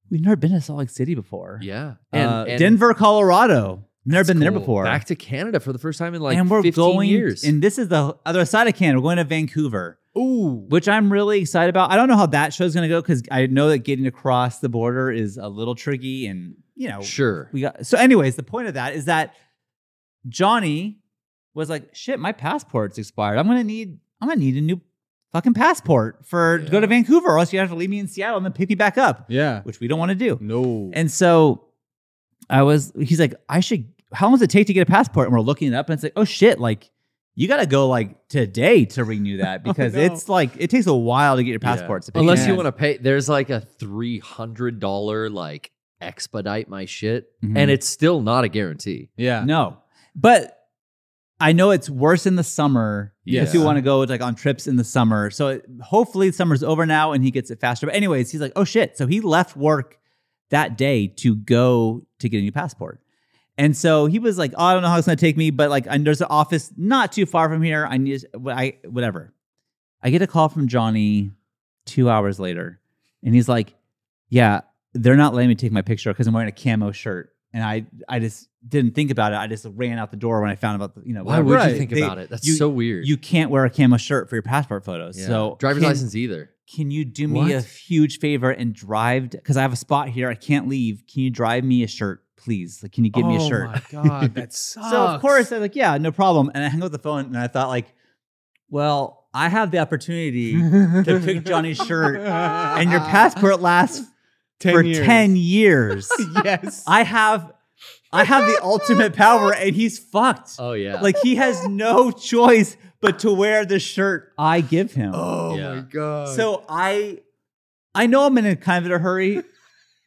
B: we've never been to salt lake city before
A: Yeah.
B: and,
A: And, and
B: Uh, denver colorado never been there
A: cool.
B: before
A: Back to Canada for the first time in like
B: and we're
A: 15
B: going
A: years.
B: and this is the other side of canada we're going to vancouver
C: Ooh,
B: which I'm really excited about. I don't know how that show's going to go because I know that getting across the border is a little tricky, and you know
A: sure.
B: we got. So, anyways, the point of that is that Johnny was like, "Shit, my passport's expired. I'm gonna need. I'm gonna need a new fucking passport for to go to
A: Yeah.
B: Vancouver, or else you have to leave me in Seattle and then pick me back up,
C: yeah,
B: which we don't want to do."
C: no,
B: And so I was, he's like, I should, how long does it take to get a passport? And we're looking it up and it's like, oh shit, like you got to go like today to renew that because
C: no.
B: it's like, it takes a while to get your
A: Yeah.
B: passports.
A: Unless you
C: Yeah.
A: want to pay, there's like a three hundred dollar like expedite my shit,
B: Mhm.
A: and it's still not a guarantee.
C: yeah,
B: No, but I know it's worse in the summer because you
A: Yeah.
B: want to go like on trips in the summer. So it, hopefully summer's over now and he gets it faster. But anyways, he's like, oh shit. So he left work that day to go to get a new passport. And so he was like, oh, I don't know how it's gonna take me, but like, and there's an office not too far from here. I need, I whatever. I get a call from Johnny two hours later, and he's like, "Yeah, they're not letting me take my picture because I'm wearing a camo shirt." And I, I just didn't think about it. I just ran out the door when I found about the, you know,
A: Why
B: whatever.
A: would
C: Right.
A: you think
B: They-
A: about it? That's
B: you-
A: so weird.
B: You can't wear a camo shirt for your passport photos.
A: Yeah.
B: So
A: driver's
B: can-
A: license either.
B: Can you do me
A: What?
B: a huge favor and drive? Because I have a spot here. I can't leave. Can you drive me a shirt, please? Like, can you give me a
C: Oh
B: shirt?
C: my god, that sucks.
B: So of course I was like, yeah, no problem. And I hung up the phone and I thought like, well, I have the opportunity to pick Johnny's shirt and your passport lasts
C: 10
B: for
C: years.
B: 10 years.
C: yes,
B: I have I have the ultimate power and he's fucked.
A: Oh yeah.
B: Like he has no choice but to wear the shirt I give him.
C: Oh
A: Yeah.
C: god.
B: So I I know I'm in a kind of a hurry,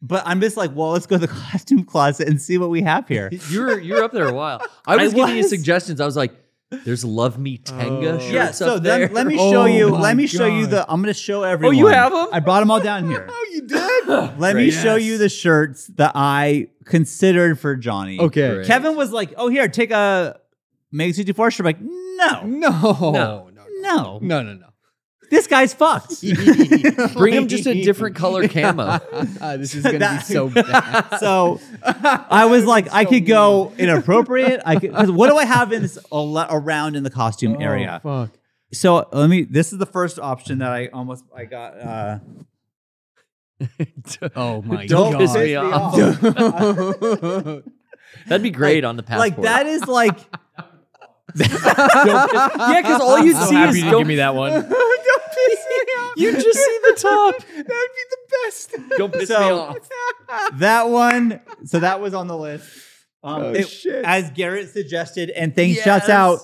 B: but I'm just like, well, let's go to the costume closet and see what we have here.
A: you're you're up there a while. I
B: I
A: was giving you
B: was.
A: suggestions. I was like, "There's love me Tenga
C: Oh.
A: shirts
B: Yeah,
A: up
B: so
A: there."
B: then let me
C: Oh
B: show you.
C: my
B: Let me show you
C: God.
B: the. I'm going to show everyone.
A: oh, you have them.
B: I brought them all down here.
C: oh, you did.
B: Let
A: Great.
B: me show
C: Yes.
B: you the shirts that I considered for Johnny.
C: okay.
A: Great.
B: Kevin was like, "Oh, here, take a Mega 64 shirt." I'm like, no,
A: No.
C: No. no,
B: no,
C: no, no, no.
B: this guy's fucked.
A: Bring him just a different color camo.
C: this is gonna
B: That-
C: be so bad.
B: so I was like, I
C: So
B: could go inappropriate. I could. 'cause What do I have in this al- around in the costume
C: mean.
B: area?
C: Oh, fuck.
B: So let me. This is the first option that I almost I got. Uh,
C: Oh my
A: Don't
C: god.
A: piss me off. That'd be great on the passport.
B: like that is like
A: yeah, because all you
D: I'm so
A: see
D: happy
A: is
D: you didn't
A: don't-
D: give me that one.
C: Don't piss me off.
A: You just see the top.
C: That'd be the
A: Don't piss
B: So-
A: me off.
C: best.
B: that one. So that was on the list. Um,
C: Oh,
B: it-
C: shit.
B: As Garrett suggested, and thanks
A: Yes.
B: shouts out,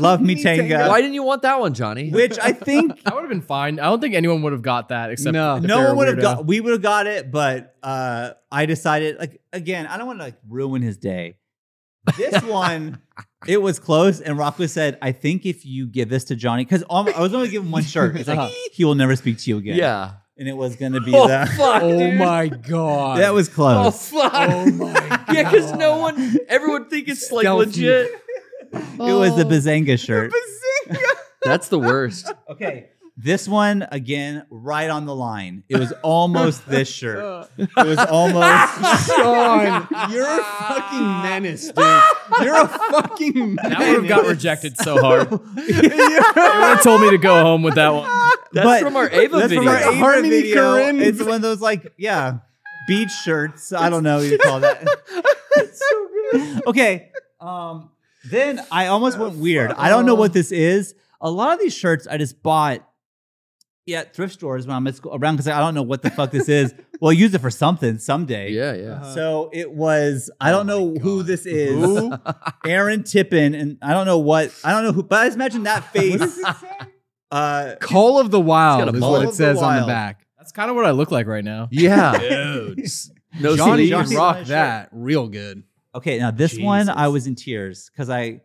B: love me
C: Me
B: Tanga,
C: Tanga.
A: Why didn't you want that one, Johnny?
B: which I think
D: That would have been fine. I don't think anyone would have got that except
C: No.
D: if
B: no
D: they're a
B: one would have
D: weirdo.
B: got. We would have got it, but uh, I decided like again, I don't want to like ruin his day. This one, it was close, and Rocco said, "I think if you give this to Johnny, because I was only giving him one shirt, it's like
C: Uh-huh.
B: he will never speak to you again."
A: Yeah.
B: and it was gonna be
A: Oh
B: that.
A: fuck,
C: Oh
A: dude.
C: my god.
B: That was
A: Oh
B: close.
A: fuck.
C: Oh my god.
A: yeah, because no one, everyone think it's like
C: Stealthy.
A: legit.
B: It was the Bazanga shirt.
A: That's the worst.
B: Okay. This one again, right on the line. It was almost this shirt.
C: Uh,
B: It was almost.
C: Sean, you're a fucking menace, dude. You're a fucking menace.
D: That would have got rejected so hard. they would have told me to go home with that one.
A: That's
B: But-
A: from our Ava
B: That's
A: video.
B: from our Ava
C: Harmony
B: video.
C: Korine.
B: It's one of those like yeah, beach shirts. I don't know what you call that. Okay. Um. Then I almost went weird. I don't know what this is. A lot of these shirts I just bought yeah, thrift stores when I'm at school around because I don't know what the fuck this is. Well, use it for something someday.
A: Yeah, yeah.
C: Uh-huh.
B: So it was. I
C: Oh
B: don't know
C: my
B: who
C: God.
B: this is.
C: Who?
B: Aaron Tippin, and I don't know what. I don't know who. But I just imagine that face. uh,
C: Call of the Wild
A: got a
C: is
A: ball.
C: what
B: Call
C: it
B: of the
C: says on the
B: Wild.
C: back.
D: That's kind of what I look like right now.
A: Yeah. No
C: Johnny,
A: sleeves.
C: you
B: Johnny's on
C: rock
B: his shirt.
C: that real good.
B: okay, now this one I
D: Jesus.
B: was in tears because I,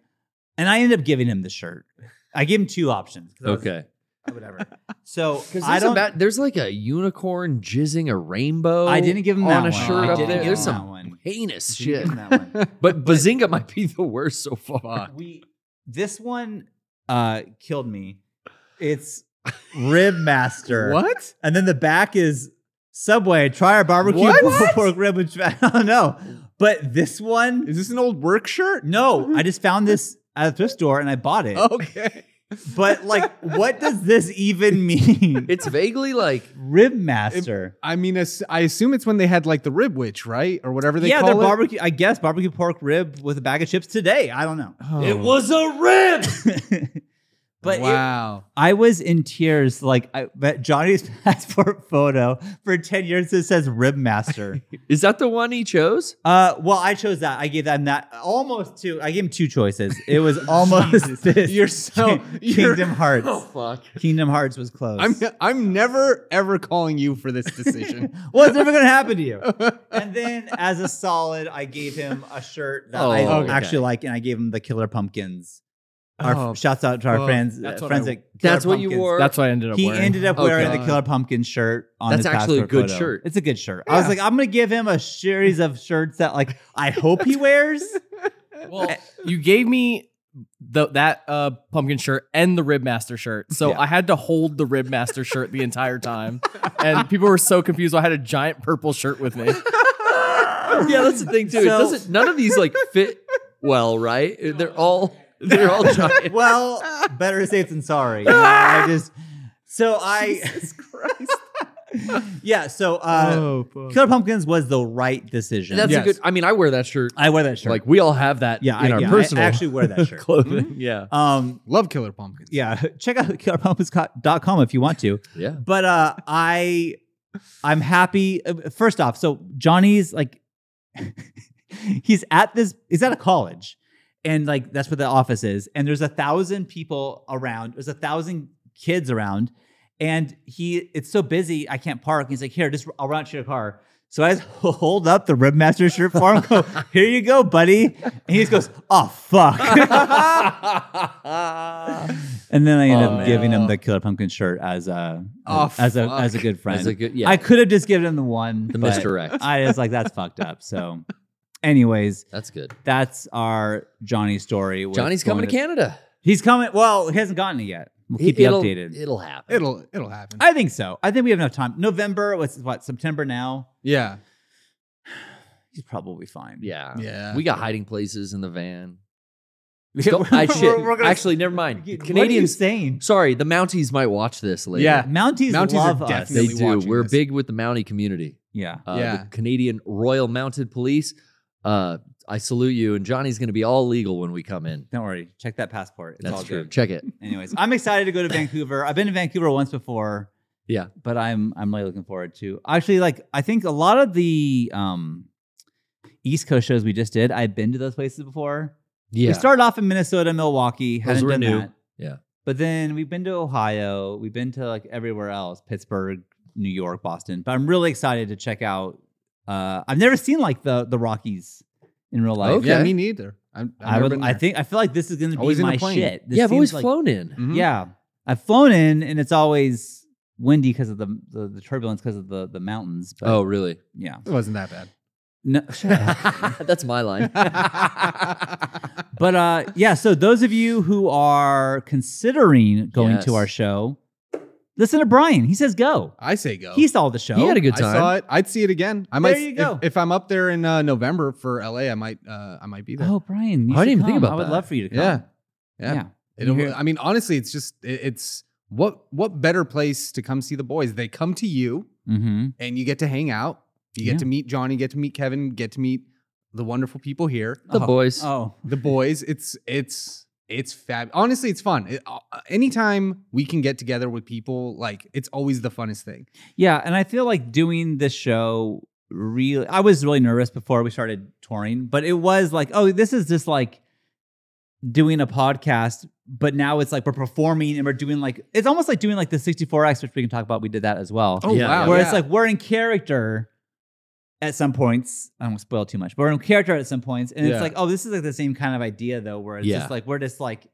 B: and I ended up giving him the shirt. I gave him two options. 'cause I was-
A: Okay.
B: whatever. So
A: Because
B: I
A: there's, a
B: don't.
A: ba- there's like a unicorn jizzing a rainbow.
B: I didn't give him
A: on
B: that
A: a
B: one.
A: shirt
B: I
A: up
B: didn't
A: there.
B: give
A: There's
B: him
A: some
B: that one.
A: heinous
B: Didn't give
A: shit.
B: him that one.
A: But Bazinga might be the worst so far.
B: we this one uh killed me. It's Rib Master.
C: What?
B: And then the back is Subway. Try our barbecue
C: What?
B: pulled pork rib. Which I don't know, but this one.
C: Is this an old work shirt?
B: No, I just found this at a thrift store and I bought
A: Oh.
B: it.
C: Okay.
B: But like, what does this even mean?
A: It's vaguely like
B: Rib Master.
C: I mean, as- I assume it's when they had like the rib witch, right, or whatever they
B: yeah,
C: call
B: they're
C: it.
B: barbecue. I guess barbecue pork rib with a bag of chips today. I don't know.
C: Oh,
A: was a rib.
B: but it-
C: wow.
B: I was in tears. Like I but Johnny's passport photo for 10 years it says rib master.
A: Is that the one he chose?
B: uh well, I chose that. I gave them that almost two. I gave him two choices. It was almost this.
C: You're so-
B: King-
C: you're-
B: Kingdom Hearts.
A: fuck.
B: Kingdom Hearts was close.
C: I'm I'm never ever calling you for this decision. Uh,
B: well, it's never gonna happen to you. And then as a solid, I gave him a shirt that I
A: Oh, okay.
B: actually like, and I gave him the Killer Pumpkins. Our
C: Oh,
B: shouts out to our
C: fuck.
B: friends.
D: That's
B: uh,
D: what
B: friends
D: I-
B: at Killer
A: That's what you
B: Pumpkins.
A: wore?
D: That's what I ended up
B: He
D: wearing.
B: ended up
A: Oh,
B: wearing the
C: God.
B: Killer Pumpkin shirt on
A: That's
B: his
A: actually a
B: passport
A: good
B: photo.
A: shirt.
B: It's a good shirt. I was
C: Yeah.
B: like, I'm gonna give him a series of shirts that like I hope he wears.
D: Well, you gave me the that uh, pumpkin shirt and the rib master shirt, so
B: Yeah.
D: I had to hold the rib master shirt the entire time, and people were so confused. I had a giant purple shirt with me.
A: yeah, that's the thing too. it
B: So-
A: doesn't none of these like fit well, right? They're all they're all giant.
B: well, better safe than sorry. You know, I just so I yeah, so uh
C: Oh.
B: Killer Pumpkins was the right decision.
A: That's
C: Yes.
A: a good. I mean, I wear that shirt.
B: I wear that shirt.
A: Like we all have that.
B: yeah,
A: in
B: I,
A: our
B: yeah, I
A: personal
B: actually wear that shirt.
A: clothing. Yeah,
B: um
C: Love Killer Pumpkin.
B: yeah, check out killerpumpkins.com if you want to.
A: yeah.
B: but uh i i'm happy Uh, first off so johnny's like he's at this he's at a college and like that's where the office is and there's a thousand people around there's a thousand kids around and he it's so busy i can't park he's like here just i'll run out to your car so I just hold up the Ribmaster shirt for him. Go, here you go, buddy. And he just goes, "Oh fuck!" and then I end
A: Oh,
B: up
A: man.
B: giving him the Killer Pumpkin shirt as a
C: Oh,
B: as a
C: fuck.
B: as a good friend.
A: That's a good. Yeah,
B: I could have just given him the one,
A: the
B: but
A: misdirect.
B: I was like, that's fucked up. So, anyways,
A: That's good.
B: that's our Johnny story. with
A: Johnny's
B: going
A: coming to Canada.
B: He's coming. Well, he hasn't gotten it yet. We'll keep you
A: it'll,
B: updated.
A: It'll happen.
C: It'll it'll happen.
B: I think so. I think we have enough time. November. What's what? September now.
C: yeah.
B: He's probably fine.
A: yeah.
C: Yeah.
A: We got hiding places in the van.
B: Yeah,
A: Don't, I shit.
B: we're- we're gonna-
A: Actually, never mind.
B: What are you
A: Canadians.
B: saying
A: Sorry, the Mounties might watch this later.
C: Yeah.
B: Mounties,
C: Mounties are
B: love us.
C: definitely-
A: They do.
C: watching
A: We're
C: this.
A: big with the Mountie community.
B: yeah.
A: Uh,
C: Yeah.
A: The Canadian Royal Mounted Police. Uh, I salute you. And Johnny's going to be all legal when we come in.
B: Don't worry. Check that passport. It's
A: That's
B: all
A: true.
B: good.
A: Check it.
B: Anyways, I'm excited to go to Vancouver. I've been to Vancouver once before.
A: Yeah.
B: But I'm I'm really looking forward to. Actually, like I think a lot of the um East Coast shows we just did, I've been to those places before.
A: Yeah.
B: We started off in Minnesota, Milwaukee,
A: Those
B: hadn't
A: were
B: done
A: new.
B: that.
A: Yeah.
B: But then we've been to Ohio, we've been to like everywhere else, Pittsburgh, New York, Boston. But I'm really excited to check out uh I've never seen like the the Rockies in real life.
A: Okay.
C: Yeah. Me neither. I'm, I've
B: I
C: never
B: would
C: been
B: I
C: there.
B: think I feel like this is gonna
C: Always
B: be
C: in a
B: my
C: plane.
B: shit. This
A: yeah, I've always
B: seems like-
A: flown in.
C: Mhm.
B: yeah, I've flown in, and it's always windy because of the, the the turbulence because of the the mountains. But
A: Oh, really?
B: yeah,
C: It wasn't that bad.
B: no,
A: That's my line.
B: but uh, yeah. So those of you who are considering going
A: Yes.
B: to our show, listen to Brian. He says go.
C: I say go.
B: He saw the show.
A: Oh. He had a good
C: I
A: time.
C: saw it. I'd see it again. I might.
B: There you go.
C: If, if I'm up there in uh, November for LA, I might. Uh, I might be there.
B: Oh, Brian! you
A: I didn't
B: should
A: even think
B: come.
A: about
B: I would
A: that.
B: love for you to come.
C: Yeah.
B: yeah.
C: Yeah.
B: You
C: It'll,
B: hear-
C: I mean, honestly, it's just it, it's what what better place to come see the boys? They come to you,
B: Mm-hmm.
C: and you get to hang out. You get
B: Yeah.
C: to meet Johnny. You get to meet Kevin. you Get to meet the wonderful people here,
A: The boys.
B: Oh,
C: the boys. It's it's It's fab. Honestly, it's fun. It- uh, anytime we can get together with people, like it's always the funnest thing.
B: Yeah, and I feel like doing this show really I was really nervous before we started touring, but it was like, oh, this is just like doing a podcast, but now it's like we're performing and we're doing like it's almost like doing like the 64X, which we can talk about. We did that as well.
A: Oh, Yeah, wow,
B: where it's
C: yeah.
B: like we're in character at some points. I don't want to spoil too much, but we're in character at some points. And
C: Yeah.
B: it's like, oh, this is like the same kind of idea though, where it's
A: Yeah.
B: just like we're just like,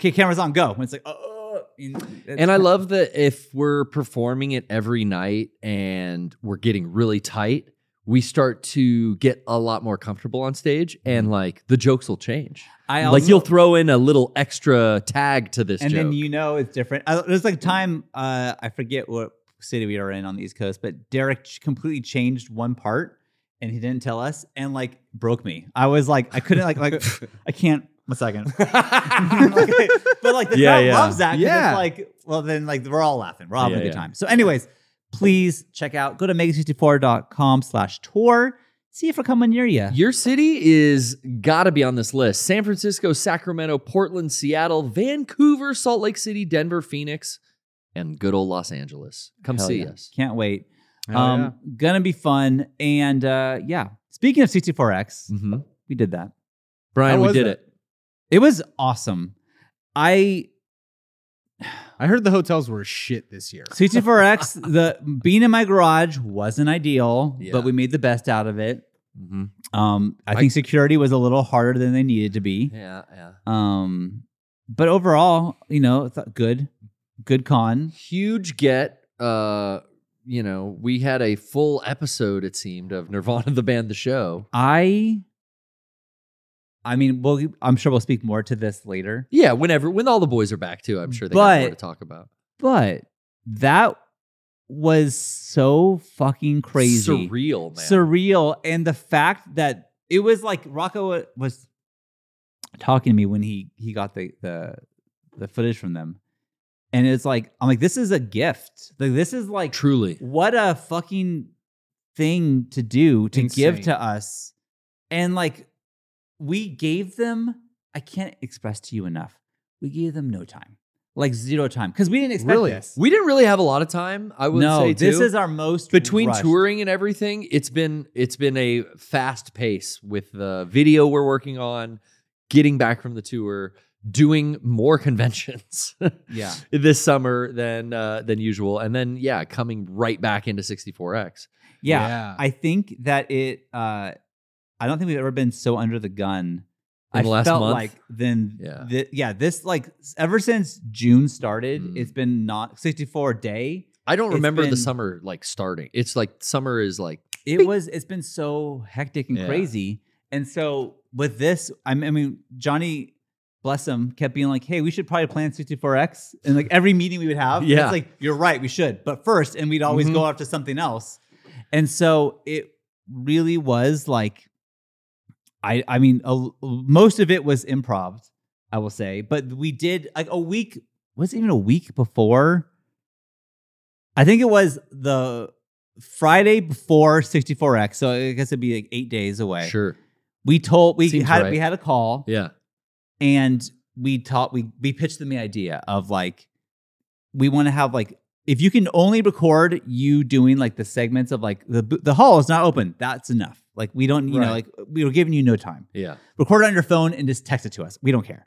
B: okay, cameras on, go. And it's like, oh, and,
A: And I love that if we're performing it every night and we're getting really tight, we start to get a lot more comfortable on stage and like the jokes will change.
B: Mm-hmm. I
A: Like you'll throw in a little extra tag to this
B: and
A: joke.
B: then you know it's different. I, there's like time uh, I forget what city we were in on the East Coast, but Derek ch- completely changed one part, and he didn't tell us, and like broke me. I was like, I couldn't like like I can't. One second, Like, but like the
A: Yeah,
B: crowd
A: yeah.
B: loves that. 'cause
C: Yeah.
B: It's like well, then like we're all laughing, we're all having
A: Yeah,
B: a good
A: yeah.
B: time. So, anyways, please check out go to mega64.com slash tour. See if we're coming near you.
A: Your city is gotta be on this list. San Francisco, Sacramento, Portland, Seattle, Vancouver, Salt Lake City, Denver, Phoenix, and good old Los Angeles. Come
B: Hell
A: see
B: yeah.
A: us.
B: Can't wait.
C: Hell
B: Um,
C: yeah.
B: gonna be fun. And uh, yeah, speaking of 64x,
A: Mhm.
B: we did that.
A: Brian,
C: How
A: we
C: was
A: did
C: that?
A: it.
B: It was awesome. I
C: I heard the hotels were shit this year.
B: 64x. the being in my garage wasn't ideal,
A: Yeah.
B: but we made the best out of it.
A: Mhm.
B: Um, I
C: I-
B: think security was a little harder than they needed to be.
A: Yeah, yeah.
B: Um, but overall, you know, th- good, good con.
A: huge get. Uh, you know, we had a full episode, it seemed, of Nirvana the band, the show.
B: I, I mean, we'll, I'm sure we'll speak more to this later.
A: Yeah, whenever when all the boys are back too, I'm sure they got more
B: But-
A: to talk about.
B: but that was so fucking crazy
A: surreal, man.
B: surreal and the fact that it was like rocco was talking to me when he he got the the, the footage from them and it's like i'm like this is a gift like this is like
A: Truly,
B: what a fucking thing to do to give
C: Insane.
B: to us and like we gave them i can't express to you enough we gave them no time like zero time because we didn't expect
C: Really?
B: this
A: we didn't really have a lot of time. I would
B: no
A: say too.
B: this is our most
A: between
B: rushed.
A: touring and everything. It's been it's been a fast pace with the video we're working on, getting back from the tour, doing more conventions.
B: yeah
A: this summer than uh, than usual, and then yeah, coming right back into 64x.
B: yeah I think that it. Uh, I don't think we've ever been so under the gun.
A: In
B: I
A: the last
B: felt
A: month?
B: like then
A: Yeah.
B: yeah. yeah this like s- ever since June started
A: Mm.
B: it's been not 64 a day
A: I don't
B: It's
A: remember the
B: been-
A: summer like starting. It's like summer is like
B: it was it's been so hectic and
A: Yeah.
B: crazy and so with this I mean, I mean Johnny bless him kept being like hey we should probably plan 64x and like every meeting we would have
A: Yeah. Mm-hmm.
B: it's like you're right we should but first and we'd always
C: Mhm.
B: go off to something else and so it really was like I I mean a, most of it was improv I will say but we did like a week was it even a week before I think it was the Friday before 64X. So I guess it'd be like eight days away.
A: sure.
B: We told we
A: Seems
B: had
A: right.
B: we had a call
A: Yeah.
B: and we taught we we pitched them the idea of like we want to have like if you can only record you doing like the segments of like the the hall is not open, that's enough. Like we don't, you know,
C: Right.
B: like we were giving you no time.
A: Yeah.
B: Record it on your phone and just text it to us. We don't care.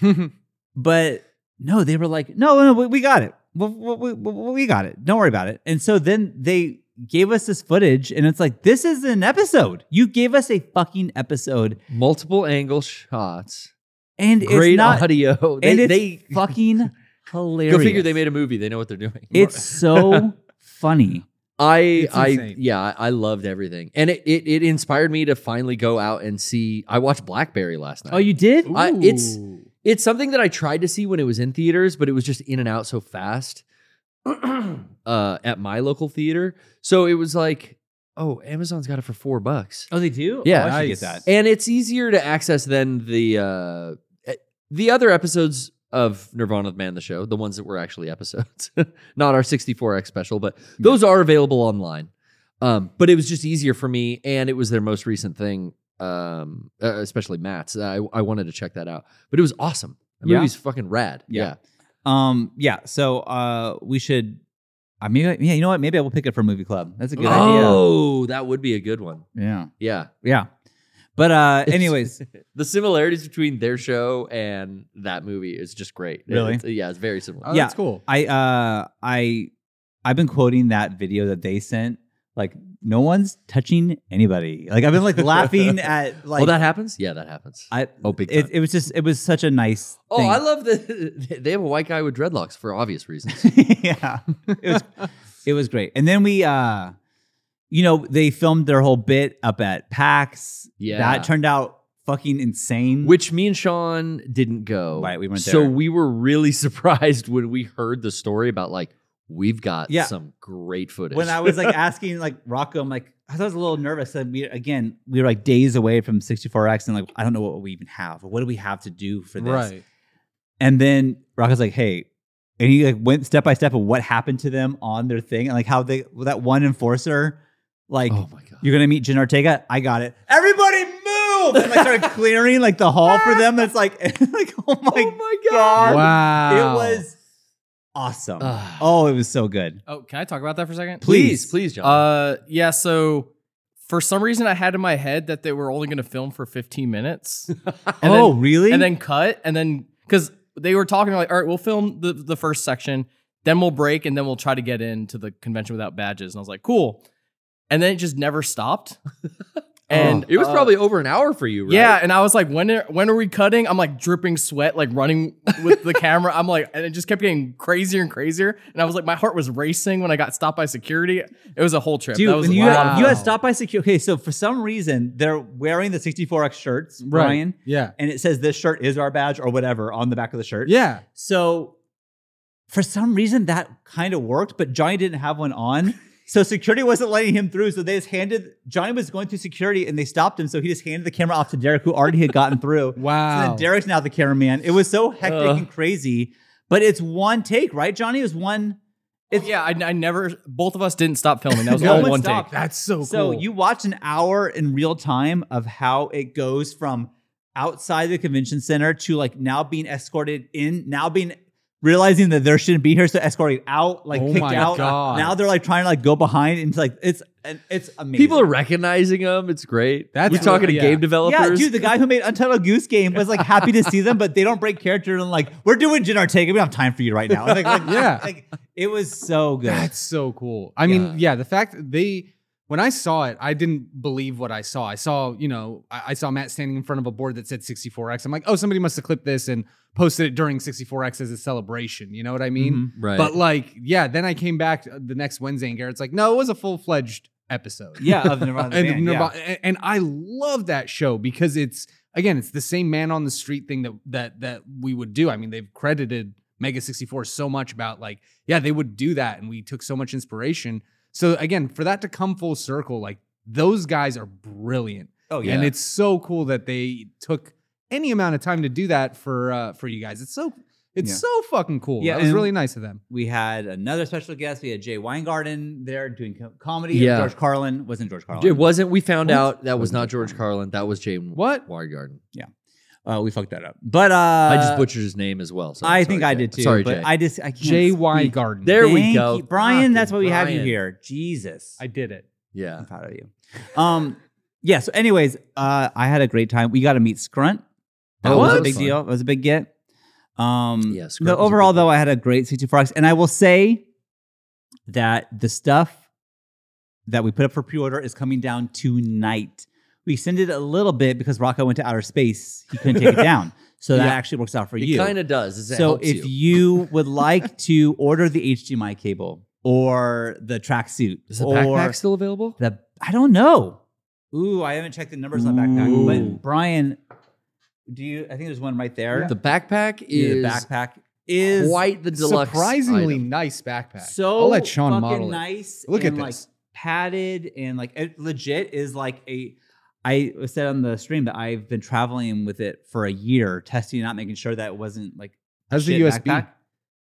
C: Yeah.
B: But no, they were like, no, no, we, we got it. We, we, we, we got it. Don't worry about it. And so then they gave us this footage, and it's like, this is an episode. You gave us a fucking episode,
A: Multiple angle shots.
B: and
A: Great
B: it's not,
A: audio. They,
B: and it's
A: they
B: fucking hilarious.
A: go figure they made a movie. They know what they're doing.
B: It's so funny.
A: I
C: It's
A: I
C: insane.
A: yeah, I- I loved everything. And it, it it inspired me to finally go out and see I watched Blackberry last night.
B: Oh, you did?
A: I- it's- It's something that I tried to see when it was in theaters, but it was just in and out so fast uh, at my local theater. So it was like, oh, Amazon's got it for four bucks,
B: Oh, they do?
A: Yeah.
B: Oh, I should get
C: Nice.
B: that.
A: and it's easier to access than the uh, eh, the other episodes of Nirvana the Man the Show, the ones that were actually episodes, not our 64x special, but those are available online. Um, but it was just easier for me, and it was their most recent thing. um, uh, especially Matt's. I, I wanted to check that out, but it was awesome. The
B: Yeah.
A: movie's fucking rad.
B: Yeah.
A: Yeah.
B: Um, yeah. So uh, we should. I mean, yeah. You know what? Maybe I will pick it for movie club. That's a good idea.
A: oh, that would be a good one.
B: Yeah.
A: Yeah.
B: Yeah. But uh, anyways,
A: The similarities between their show and that movie is just great.
B: Really?
A: It's- yeah, it's very similar.
C: Oh,
B: Yeah.
C: that's cool.
B: I uh, I I've been quoting that video that they sent. Like no one's touching anybody. Like I've been like laughing at like
A: oh, that happens? Yeah, that happens.
B: I
A: oh, big
B: it, it was just it was such a nice.
A: Oh,
B: thing.
A: I love that they have a white guy with dreadlocks for obvious reasons.
B: yeah. It was it was great. And then we uh you know, they filmed their whole bit up at PAX.
A: Yeah.
B: That turned out fucking insane.
A: Which me and Sean didn't go.
B: Right, we weren't
A: So
B: there.
A: we were really surprised when we heard the story about like we've got
B: Yeah.
A: some great footage.
B: when I was like asking like Rocco, I'm like, I was a little nervous. And we again, we were like days away from 64X and like, I don't know what we even have. What do we have to do for this?
C: Right.
B: And then Rocco's like, hey, and he like went step by step of what happened to them on their thing and like how they that one enforcer like
A: oh my god.
B: You're gonna meet Jen Ortega. I got it. Everybody move! And like started clearing like the hall for them. It's like, like oh my,
A: oh my god.
B: god,
C: Wow.
B: um, it was awesome.
A: Ah.
B: oh, it was so good.
D: Oh, can I talk about that for a second?
A: Please,
B: please.
A: please, John.
D: Uh, yeah. So for some reason, I had in my head that they were only going to film for 15 minutes. And
B: oh,
D: then,
B: really?
D: And then cut, and then because they were talking like, all right, we'll film the the first section, then we'll break, and then we'll try to get into the convention without badges. And I was like, cool. And then it just never stopped.
B: Oh,
D: and
A: it was
D: uh,
A: probably over an hour for you, right?
D: Yeah, and I was like, when are, when are we cutting? I'm like dripping sweat, like running with the camera. I'm like, and it just kept getting crazier and crazier. And I was like, my heart was racing when I got stopped by security. It was a whole trip.
B: Dude,
D: that was
B: when
D: a
B: you,
D: lot
B: had,
D: of
B: you
D: fun.
B: had stopped by security. Okay, so for some reason they're wearing the 64x shirts,
C: Right.
B: Brian,
C: Yeah.
B: and it says this shirt is our badge or whatever on the back of the shirt.
C: Yeah.
B: So for some reason that kind of worked, but Johnny didn't have one on. So security wasn't letting him through. So they just handed Johnny was going through security and they stopped him. So he just handed the camera off to Derek, who already had gotten through. So
C: Wow.
B: then Derek's now the cameraman. It was so hectic
A: Ugh.
B: and crazy. But it's one take, right, Johnny? It was one it's-
D: yeah, I, I never. Both of us didn't stop filming. That was
B: No
D: all
B: one
D: one
B: stopped.
D: take.
C: That's so cool.
B: So you watch an hour in real time of how it goes from outside the convention center to like now being escorted in, now being realizing that there shouldn't be here, so escorted out, like
C: Oh
B: kicked
C: my
B: out.
C: God.
B: Now they're like trying to like go behind and it's like it's and it's amazing.
A: People are recognizing them. It's great.
C: That's
A: That's We're talking to
C: really- yeah.
A: game developers.
B: yeah, dude, the guy who made Untitled Goose Game was like happy to see them, but they don't break character and like we're doing Jin Ortega. We don't have time for you right now. Like, like,
C: Yeah.
B: like it was so good.
C: That's so cool. I mean,
A: Yeah.
C: yeah. the fact that they when I saw it, I didn't believe what I saw. I saw, you know, I, I saw Matt standing in front of a board that said 64X. I'm like, oh, somebody must have clipped this and posted it during 64X as a celebration. You know what I mean?
B: Mhm.
A: right.
C: But like, yeah, then I came back uh, the next Wednesday and Garrett's like, no, it was a full fledged episode.
B: yeah, of Nirvana. the
C: and
B: band, yeah.
C: Nirvana- and- and I love that show because it's again, it's the same man on the street thing that that that we would do. I mean, they've credited Mega 64 so much about like, yeah, they would do that and we took so much inspiration. So again, for that to come full circle, like those guys are brilliant.
B: Oh yeah.
C: And it's so cool that they took any amount of time to do that for uh for you guys. It's so it's
B: Yeah.
C: so fucking cool.
B: Yeah,
C: Yeah, that was
B: and-
C: really nice of them.
B: We had another special guest. We had Jay Weingarten there doing co- comedy.
A: Yeah.
B: George Carlin wasn't George Carlin.
A: it wasn't. We found
C: What?
A: out that was not George Carlin. That was James
C: What?
A: Weingarten.
B: Uh, we fucked that up. But uh,
A: I just butchered his name as well. So
B: I
A: I'm
B: think
A: sorry,
B: I
A: Jay.
B: did too.
A: Sorry,
B: but
A: Jay.
B: I just I can't
C: J.Y.
B: speak.
C: Garden.
A: There we
B: Thank
A: go.
B: you. Brian. That's why we have you
A: Brian.
B: here. Jesus,
C: I did it.
A: yeah.
B: I'm proud of you. Um, yeah. So, anyways, uh, I had a great time. We got to meet Scrunt. That
A: Oh,
B: was
A: that
B: a
A: was
B: big
A: fun.
B: deal. It was a big get. Um,
A: Yeah, Scrunt
B: no,
A: was a big
B: overall
A: get.
B: though, I had a great 64 X, and I will say that the stuff that we put up for pre-order is coming down tonight. We extended it a little bit because Rocco went to outer space. He couldn't take it down, so that
C: Yeah.
B: actually works out for
A: It
B: you
A: kind of does. is It
B: so
A: helps
B: if
A: you.
B: you. would like to order the HDMI cable or the tracksuit
A: is the
B: or
A: backpack still available?
B: the I don't know. Ooh, I haven't checked the numbers on backpack.
A: Ooh.
B: But Brian, do you? I think there's one right there.
A: The backpack
B: Yeah, the
A: is
B: backpack is
A: quite the deluxe.
C: Surprisingly
A: item.
C: nice backpack.
B: so
C: I'll let Sean
B: fucking
C: model it.
B: nice.
C: Look at
B: and,
C: this.
B: like padded and like it legit is like a. I said on the stream that I've been traveling with it for a year, testing it out, making sure that it wasn't like
C: How's
B: shit
C: the USB?
B: backpack.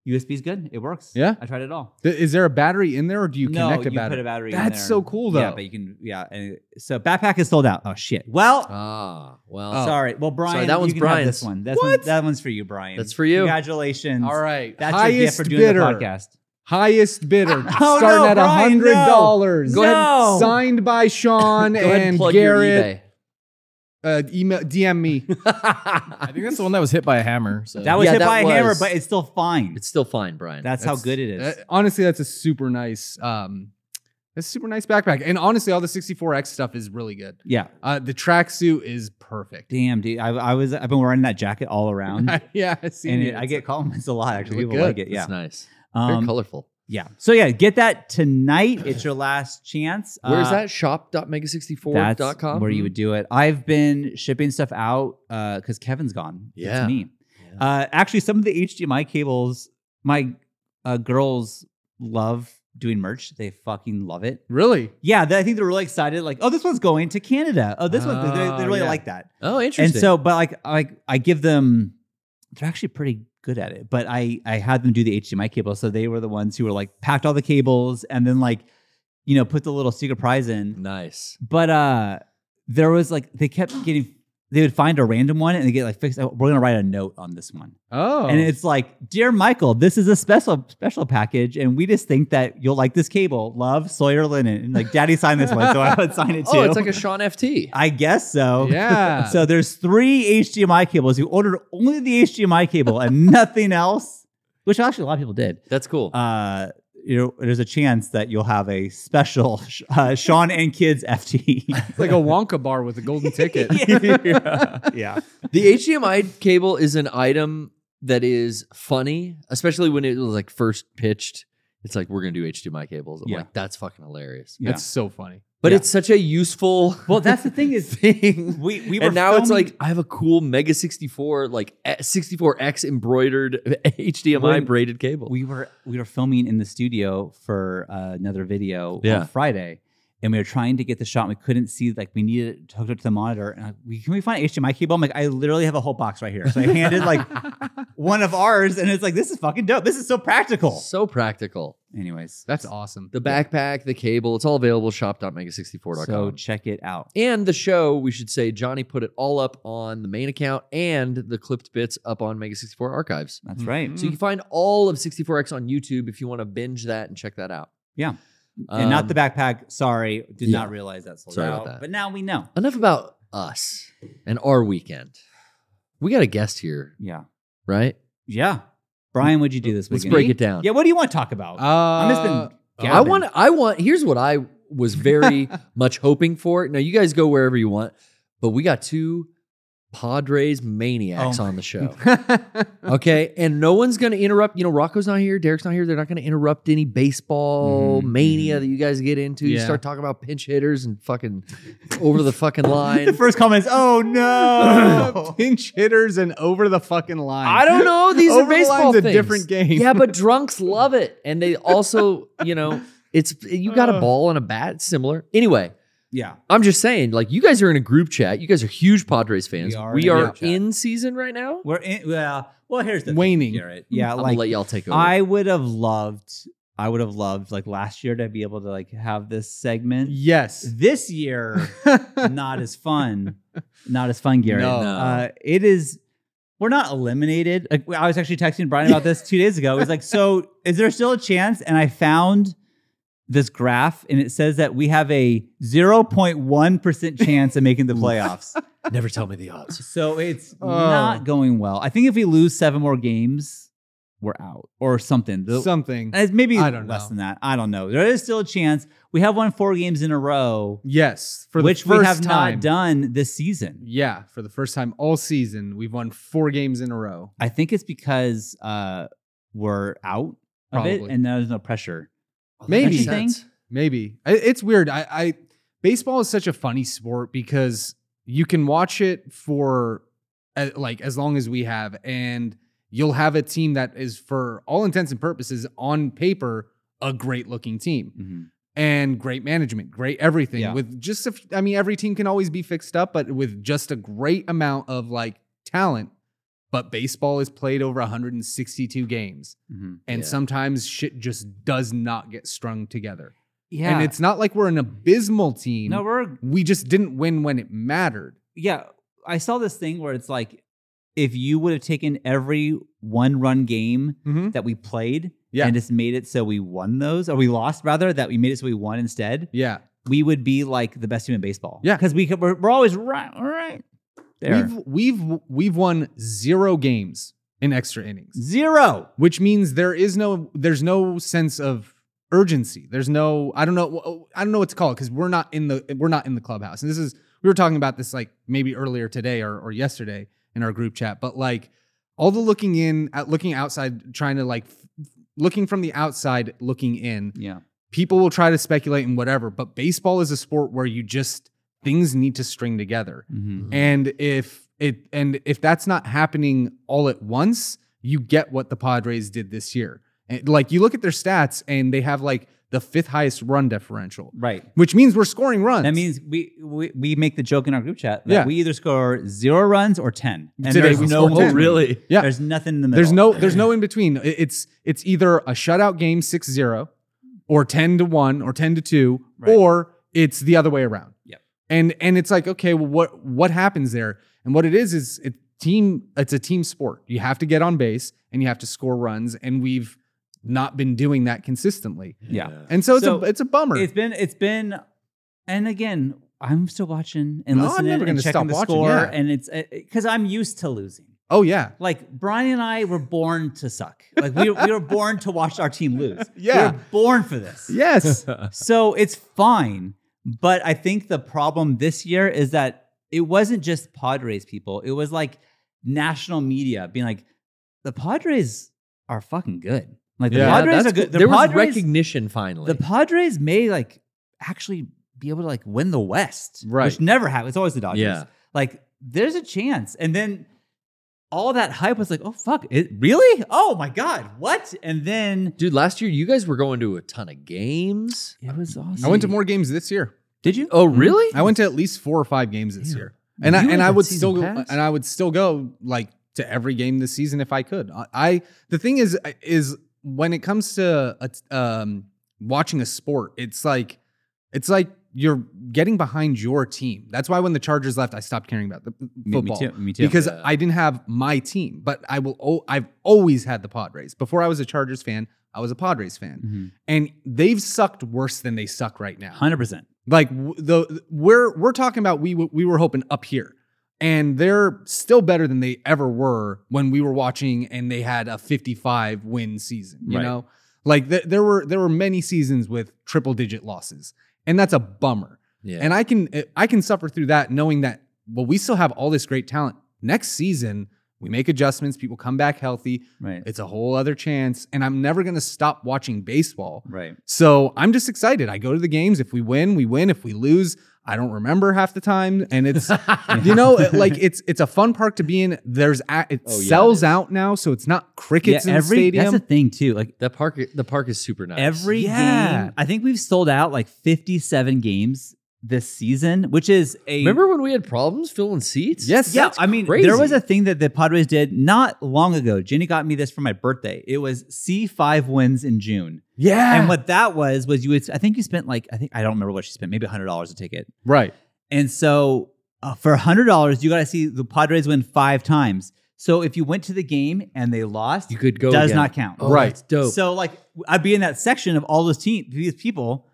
B: USB's good. It works.
C: Yeah?
B: I tried it all.
C: Th- Is there a battery in there, or do you
B: no,
C: connect a
B: you
C: battery?
B: put a battery. in
C: That's
B: there.
C: so cool, though.
B: Yeah, but you can. Yeah, and it- so backpack is sold out. Oh shit. Well,
A: Ah, well,
B: sorry. Well, Brian,
A: that one's
B: you can have
A: Brian's.
B: this one. That's
C: What?
B: that one's for you, Brian.
A: That's for you.
B: Congratulations.
C: All right,
B: That's your gift
C: highest
B: for doing
C: bidder,
B: the podcast.
C: highest bidder,
B: Oh,
C: starting
B: no,
C: at a
B: Brian,
C: hundred
B: no.
C: dollars.
A: Go ahead and
B: No.
C: Signed by Sean
A: go ahead and
C: and
A: plug
C: Garrett. Uh, email, DM me.
A: your eBay.
D: I think that's the one that was hit by a hammer. So.
B: That was
A: Yeah,
B: hit
A: that
B: by a hammer,
A: was-
B: but it's still fine.
A: it's eh. still fine, Brian.
B: that's, how good it is.
C: Uh, honestly, that's a super nice. Um, that's a super nice backpack. And honestly, all the 64X stuff is really good.
B: yeah.
C: Uh, the tracksuit is perfect.
B: Damn, dude. I, I was I've been wearing that jacket all around, and
C: yeah, I see.
B: it, I get compliments a lot. Actually,
C: You look
B: people like
C: good.
B: it. Yeah.
A: It's nice. Very
B: Um,
A: colorful.
B: yeah. So yeah, get that tonight. It's your last chance.
A: Where's
B: Uh,
A: that? Shop.mega64.com.
B: That's where
C: Hmm.
B: you would do it. I've been shipping stuff out because Kevin's gone.
A: Yeah.
B: It's me.
A: Yeah.
B: Uh, actually, some of the HDMI cables, my uh, girls love doing merch. They fucking love it.
C: really.
B: Yeah, they- I think they're really excited. Like, oh, this one's going to Canada. Oh, this one, they, they
C: Oh,
B: really
C: yeah.
B: like that.
A: Oh,
B: And
A: interesting.
B: so, but like, like I give them, they're actually pretty good at it. But I, I had them do the HDMI cable, so they were the ones who were like packed all the cables and then like, you know, put the little secret prize in.
A: nice.
B: But uh there was like they kept getting they would find a random one and they get like fixed. Oh, We're gonna write a note on this one.
C: Oh,
B: And it's like, dear Michael, this is a special special package, and we just think that you'll like this cable. Love Sawyer Linen. And like daddy signed this one, so I would sign it too.
A: Oh, it's like a Sean FT.
B: I guess so.
C: yeah.
B: So there's three HDMI cables. You ordered only the HDMI cable and nothing else, which actually a lot of people did
A: That's cool.
B: uh, you know, there's a chance that you'll have a special uh, Sean and Kids FT.
C: it's like a Wonka bar with a golden ticket.
B: yeah. yeah.
A: the HDMI cable is an item that is funny, especially when it was like first pitched. It's like we're gonna do HDMI cables. I'm
B: Yeah.
A: like, that's fucking hilarious.
B: Yeah.
C: That's so funny.
A: But
B: Yeah.
A: it's such a useful
B: Well, that's the thing is
A: thing.
B: we we were
A: and now it's
B: filming-
A: like I have a cool Mega 64, like 64X embroidered HDMI
B: When-
A: braided cable.
B: we were we were filming in the studio for uh, another video
A: Yeah.
B: on Friday. And we were trying to get the shot. And we couldn't see, like, we needed to hook it up to the monitor. And I, we, can we find an HDMI cable? I'm like, I literally have a whole box right here. So I handed, like, one of ours. And it's like, this is fucking dope. This is so practical.
A: So practical.
B: Anyways,
C: That's awesome.
A: The backpack, the cable, it's all available shop.mega64.com.
B: so check it out.
A: and the show, we should say, Johnny put it all up on the main account and the clipped bits up on Mega64 Archives.
B: That's right.
A: So you can find all of 64X on YouTube if you want to binge that and check that out.
B: Yeah. and not the
A: back.
B: backpack. Sorry,
A: Mm-hmm.
B: did
A: Um, yeah.
B: not realize that sold
A: Sorry
B: out.
A: about that.
B: But now we know.
A: Enough about us and our weekend. We got a guest here,
B: Yeah,
A: right?
B: yeah. Brian, what'd you do this
A: Let's
B: weekend?
A: break it down.
B: Yeah, what do you want to talk about?
C: Uh,
B: I'm just been.
A: I
B: gabbing.
A: want. I want. Here's what I was very much hoping for. Now you guys go wherever you want, but we got two Padres maniacs
B: Oh.
A: on the show.
C: been.
A: Okay, and no one's going to interrupt. You know, Rocco's not here. Derek's not here. They're not going to interrupt any baseball
B: Mhm.
A: mania that you guys get into. You
C: Yeah.
A: start talking about pinch hitters and fucking over the fucking line.
B: The first comment is, "Oh no."
C: pinch hitters and over the fucking line.
A: Uh, I don't know. These
C: Over
A: are
C: the
A: baseball
C: line's a
A: things.
C: different game.
A: Yeah, but drunks love it, and they also, you know, it's you got a
C: Ugh.
A: ball and a bat. It's similar. Anyway,
B: yeah,
A: I'm just saying, like you guys are in a group chat. You guys are huge Padres fans. We
B: are
A: are,
B: in a group chat.
A: in season right now.
B: we're in. Well, well, here's the
C: Waning.
B: Thing, Garrett. Yeah,
A: I'm
B: like
A: gonna let y'all take over.
B: I would have loved. I would have loved like last year to be able to like have this segment.
C: Yes.
B: This year, not as fun. Not as fun, Garrett.
C: No.
B: Uh, it is. We're not eliminated. Like, I was actually texting Brian about this two days ago. It was like, so is there still a chance? And I found this graph, and it says that we have a zero point one percent chance of making the playoffs.
A: Never tell me the odds.
B: so it's
C: Oh.
B: not going well. I think if we lose seven more games, we're out or something. The-
C: Something.
B: uh, Maybe
C: I don't
B: less
C: know.
B: than that. I don't know. There is still a chance. We have won four games in a row,
C: Yes. For the
B: which
C: first
B: we have
C: time.
B: not done this season.
C: Yeah, for the first time all season, we've won four games in a row.
B: I think it's because uh, we're out of it
C: Probably.
B: and now there's no pressure.
C: Maybe.
A: That makes sense.
C: Maybe I- it's weird. I, I baseball is such a funny sport because you can watch it for uh, like as long as we have, and you'll have a team that is, for all intents and purposes, on paper, a great looking team and great management, great everything.
B: Yeah.
C: With just, a f- I mean, every team can always be fixed up, but with just a great amount of like talent, but baseball is played over 162 games.
B: Mhm.
C: And
A: Yeah.
C: sometimes shit just does not get strung together.
B: Yeah.
C: And it's not like we're an abysmal team.
B: no, we're
C: we just didn't win when it mattered.
B: yeah. I saw this thing where it's like if you would have taken every one run game
C: Mm-hmm.
B: that we played
C: Yeah.
B: and just made it so we won those, or we lost rather, that we made it so we won instead,
C: Yeah.
B: we would be like the best team in baseball.
C: Yeah.
B: Because we could, we're, we're always right, all right there.
C: We've we've we've won zero games in extra innings,
B: Zero.
C: which means there is no there's no sense of urgency. There's no I don't know I don't know what to call it because we're not in the we're not in the clubhouse. And this is we were talking about this like maybe earlier today or or yesterday in our group chat, but like all the looking in at looking outside, trying to like f- looking from the outside, looking in.
B: Yeah.
C: People will try to speculate and whatever, but baseball is a sport where you just things need to string together.
B: Mhm.
C: Mm-hmm. And if it and if that's not happening all at once, you get what the Padres did this year. And like you look at their stats and they have like the fifth highest run differential,
B: Right.
C: which means we're scoring runs.
B: That means we, we we make the joke in our group chat that
C: Yeah.
B: we either score zero runs or ten. And
C: Today
B: there's
C: we
B: no
C: scored
B: in
C: 10.
A: Oh,
B: between.
A: really?
C: Yeah.
B: There's nothing in the middle.
C: there's no there's no in between. It- It's it's either a shutout game 6-0 or 10 to 1 or 10 to 2
B: Right.
C: or it's the other way around.
B: Yep.
C: And and it's like okay, well what what happens there? And what it is is it team it's a team sport. You have to get on base and you have to score runs and we've not been doing that consistently.
B: Yeah.
C: And so it's
B: So
C: a it's a bummer.
B: It's been it's been, and again, I'm still watching and
C: No, I'm
B: listening
C: never
B: and
C: gonna
B: checking
C: stop
B: the
C: watching,
B: score,
C: yeah.
B: and it's because I'm used to losing.
C: oh yeah.
B: Like Brian and I were born to suck. Like we we were born to watch our team lose.
C: Yeah.
B: we were born for this.
C: Yes.
B: So it's fine, but I think the problem this year is that it wasn't just Padres people. It was like national media being like, the Padres are fucking good. Like the
C: Yeah,
B: Padres
A: that's
B: are good.
A: cool.
B: The
A: there was
B: Padres,
A: recognition finally.
B: the Padres may like actually be able to like win the West,
A: Right.
B: Which never happens. It's always the Dodgers.
A: Yeah.
B: Like there's a chance, and then all that hype was like, oh fuck, it really? Oh my god, what? And then
A: Dude, last year you guys were going to a ton of games.
B: it was awesome.
C: I went to more games this year.
B: Did you?
A: Oh, really?
C: I went to at least 4 or 5 games this
A: Damn.
C: year. and
A: You
C: I and
A: had
C: I
A: that
C: would
A: season
C: still go,
A: pass?
C: and I would still go like to every game this season if I could. I, I the thing is is when it comes to a t- um, watching a sport, it's like it's like you're getting behind your team. That's why when the Chargers left, I stopped caring about the
B: Me, me
C: football
B: too. Me too.
C: because
A: Yeah.
C: I didn't have my team. But I will. Oh, I've always had the Padres. Before I was a Chargers fan, I was a Padres fan,
B: Mm-hmm.
C: and they've sucked worse than they suck right now.
B: Hundred percent.
C: Like w- the we're we're talking about we w- we were hoping up here, and they're still better than they ever were when we were watching, and they had a 55 win season. You
B: Right.
C: know, like th- there were there were many seasons with triple digit losses, and that's a bummer.
A: Yeah.
C: And I can I can suffer through that knowing that well we still have all this great talent next season. We make adjustments, people come back healthy.
B: Right.
C: It's a whole other chance, and I'm never going to stop watching baseball.
B: Right.
C: So I'm just excited. I go to the games. If we win, we win. If we lose, I don't remember half the time. And it's you know it- like it's it's a fun park to be in. There's a, it
A: Oh, yeah, it
C: sells
A: is.
C: out now, so it's not crickets in the stadium.
B: that's the thing too. Like
A: that park the park is super nice.
B: every
C: Yeah.
B: game, I think we've sold out like 57 games this season, which is a
A: Remember when we had problems filling seats?
C: yes,
B: Yeah,
C: that's
B: I mean,
A: crazy.
B: there was a thing that the Padres did not long ago. Jenny got me this for my birthday. It was C5 wins in June.
C: yeah,
B: And what that was was you would I think you spent like I think I don't remember what she spent, maybe $100 a ticket.
C: right.
B: And so uh, for $100, you got to see the Padres win 5 times. So if you went to the game and they lost,
A: You could go
B: does
A: again.
B: not count.
A: Oh,
C: Right.
A: that's dope.
B: So like I'd be in that section of all those team these people,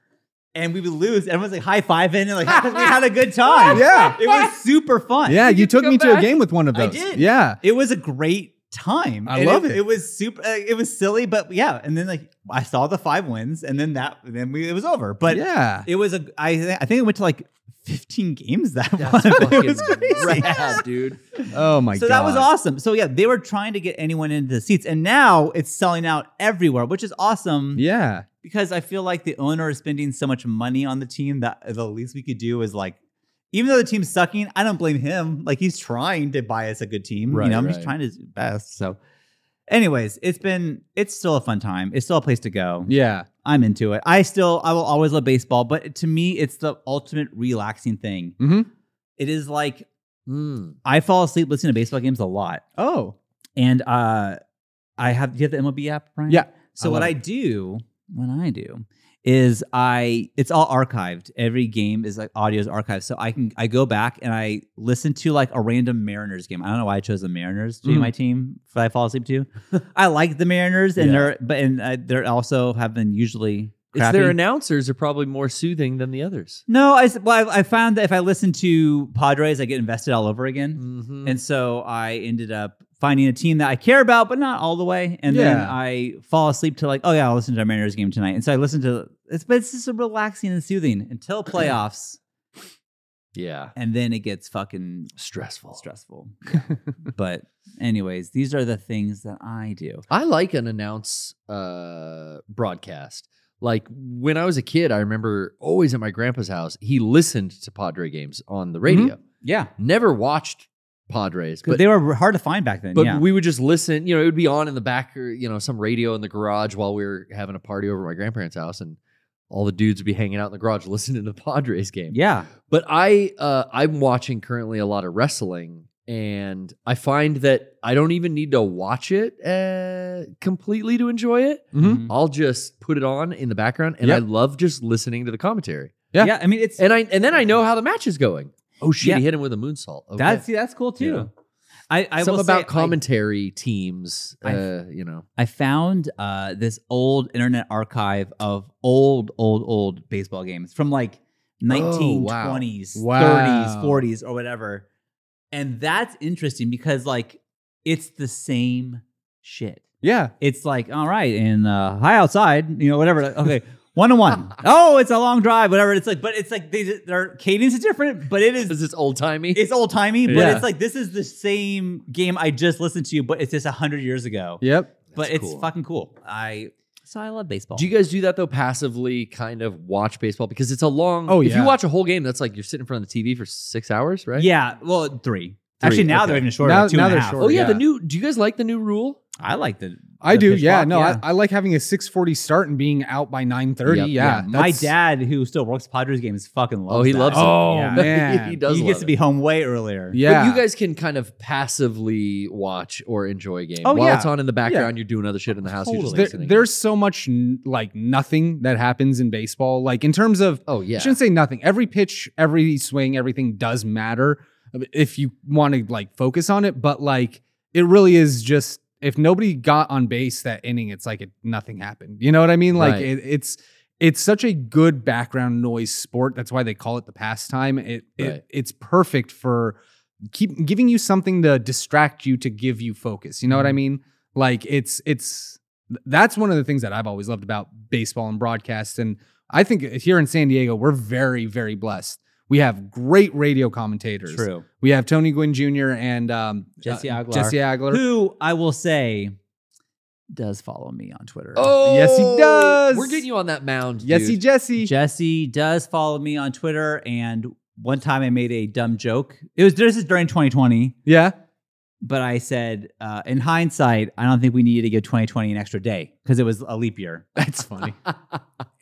B: and we would lose. Everyone's like high fiving and like we had a good time.
C: Yeah.
B: it was super fun.
C: Yeah, you took
A: go
C: me to a
A: back?
C: game with one of
B: I
C: those.
B: did.
C: Yeah,
B: it was a great time.
C: I
B: And
C: love it.
B: It was super. uh, It was silly, but yeah. And then like I saw the five wins, and then that then we it was over. But
C: yeah.
B: it was a I thi- I think it went to like. 15 games that
A: That's
B: one.
A: fucking
B: it was crazy.
A: rad, dude.
C: oh my god.
B: so that was awesome. So yeah, they were trying to get anyone into the seats, and now it's selling out everywhere, which is awesome
C: Yeah,
B: because I feel like the owner is spending so much money on the team that the least we could do is like, even though the team's sucking, I don't blame him. Like he's trying to buy us a good team.
A: Right,
B: you know, I'm
A: right.
B: just trying his best. So, anyways, it's been it's still a fun time. It's still a place to go.
C: yeah,
B: I'm into it. I still I will always love baseball, but to me, it's the ultimate relaxing thing.
A: Mm-hmm.
C: Mhm.
B: It is like
A: Mm.
B: I fall asleep listening to baseball games a lot.
C: oh
B: and uh, I have do you have the MLB app, Brian?
C: Yeah.
B: So
C: I
B: what
C: love
B: I do, what I do, is I it's all archived. Every game is like audio is archived, so I can I go back and I listen to like a random Mariners game. I don't know why I chose the Mariners to be
C: Mhm.
B: my team that I fall asleep to. I like the Mariners, and
A: Yeah.
B: they're but and uh, they're also have been usually.
A: It's
B: crappy.
A: their announcers are probably more soothing than the others.
B: No, I, s- well, I, I found that if I listen to Padres, I get invested all over again.
A: Mhm.
B: And so I ended up finding a team that I care about, but not all the way. And then
C: Yeah.
B: I fall asleep to like, oh yeah, I'll listen to a Mariners game tonight. And so I listen to it's, but it's just so relaxing and soothing until playoffs,
A: yeah,
B: and then it gets fucking
A: stressful.
B: stressful. but anyways, these are the things that I do.
A: I like an announce uh, broadcast. Like when I was a kid, I remember always at my grandpa's house, he listened to Padre games on the radio.
B: Yeah,
A: Never watched Padres, but
B: because Mm-hmm. they were hard to find back then.
A: but
B: yeah.
A: we would just listen. You know, it would be on in the back, or you know, some radio in the garage while we were having a party over at my grandparents' house, and all the dudes would be hanging out in the garage listening to the Padres game.
B: yeah.
A: But I uh, I'm watching currently a lot of wrestling, and I find that I don't even need to watch it uh, completely to enjoy it.
B: Mm-hmm.
C: Mhm.
A: I'll just put it on in the background, and
C: Yep.
A: I love just listening to the commentary.
B: yeah.
C: Yeah.
B: I mean, it's
A: And I and then I know how the match is going. Oh shit!
B: Yeah.
A: He hit him with a moonsault. Okay.
B: that's see, that's cool too.
A: Yeah.
B: I, I
A: Some
B: will
A: about
B: say, I-
A: commentary teams. Uh, you know,
B: I found uh, this old internet archive of old, old, old baseball games from like 1920s,
A: wow.
B: 30s,
C: Oh, Wow.
B: 40s, or whatever. And that's interesting because like it's the same shit.
C: Yeah.
B: It's like, all right, and uh, high outside, you know, whatever. like, Okay, one and one. Oh, it's a long drive, whatever. It's like, but it's like they, their cadence is different, but it is
A: because it's old timey.
B: it's old timey, but
C: Yeah.
B: it's like this is the same game I just listened to, but it's just hundred years ago
C: Yep.
B: but
A: That's
B: it's
A: cool.
B: fucking cool. I so I love baseball.
A: Do you guys do that though? Passively, kind of watch baseball because it's a long.
C: Oh,
A: if you
C: yeah.
A: watch a whole game, that's like you're sitting in front of the TV for six hours, right?
B: Yeah, well, three. Actually,
A: Three,
B: now they're
A: okay.
B: even shorter.
C: Now-
B: like two
C: now
B: and a
C: they're
B: half.
C: shorter.
A: Oh yeah, the
C: Yeah.
A: new. Do you guys like the new rule?
B: I like the.
C: I
B: the
C: do.
B: pitch
C: Yeah.
B: clock,
C: No,
B: yeah.
C: I, I like having a 640 start and being out by 930.
A: Yep, yeah.
C: yeah.
B: My
C: that's-
B: dad, who still works Padres games, fucking loves.
A: Oh, he
B: that.
A: loves it.
C: Oh,
B: Yeah.
C: man.
A: he does.
B: he
A: love
B: gets to
A: it.
B: be home way earlier.
C: Yeah.
A: But you guys can kind of passively watch or enjoy a game
B: Oh,
A: while
B: yeah.
A: it's on in the background. You're doing other shit in the house. You're just
C: There-
A: listening.
C: there's so much n- like nothing that happens in baseball. Like in terms of,
A: oh
C: I
A: yeah,
C: shouldn't say nothing. Every pitch, every swing, everything does matter um, if you want to like focus on it. But like it really is just if nobody got on base that inning, it's like it, nothing happened. You know what I mean? Like
A: Right.
C: it, it's it's such a good background noise sport. That's why they call it the pastime. It,
A: Right.
C: it it's perfect for keep giving you something to distract you to give you focus. You know what I
A: Mm-hmm.
C: mean? Like it's it's that's one of the things that I've always loved about baseball and broadcast. And I think uh, here in San Diego, we're very very blessed. We have great radio commentators.
B: true.
C: We have Tony Gwynn Jr. and um,
B: Jesse
C: uh,
B: Aguilar.
C: Jesse Aguilar.
B: Who I will say does follow me on Twitter.
A: oh
C: Yes, he does.
A: We're getting you on that mound.
C: Yes, he
A: dude.
C: Jesse.
B: Jesse does follow me on Twitter, and one time I made a dumb joke. It was this is during 2020.
C: yeah.
B: but I said, uh, in hindsight, I don't think we needed to give 2020 an extra day because it was a leap year.
C: That's funny.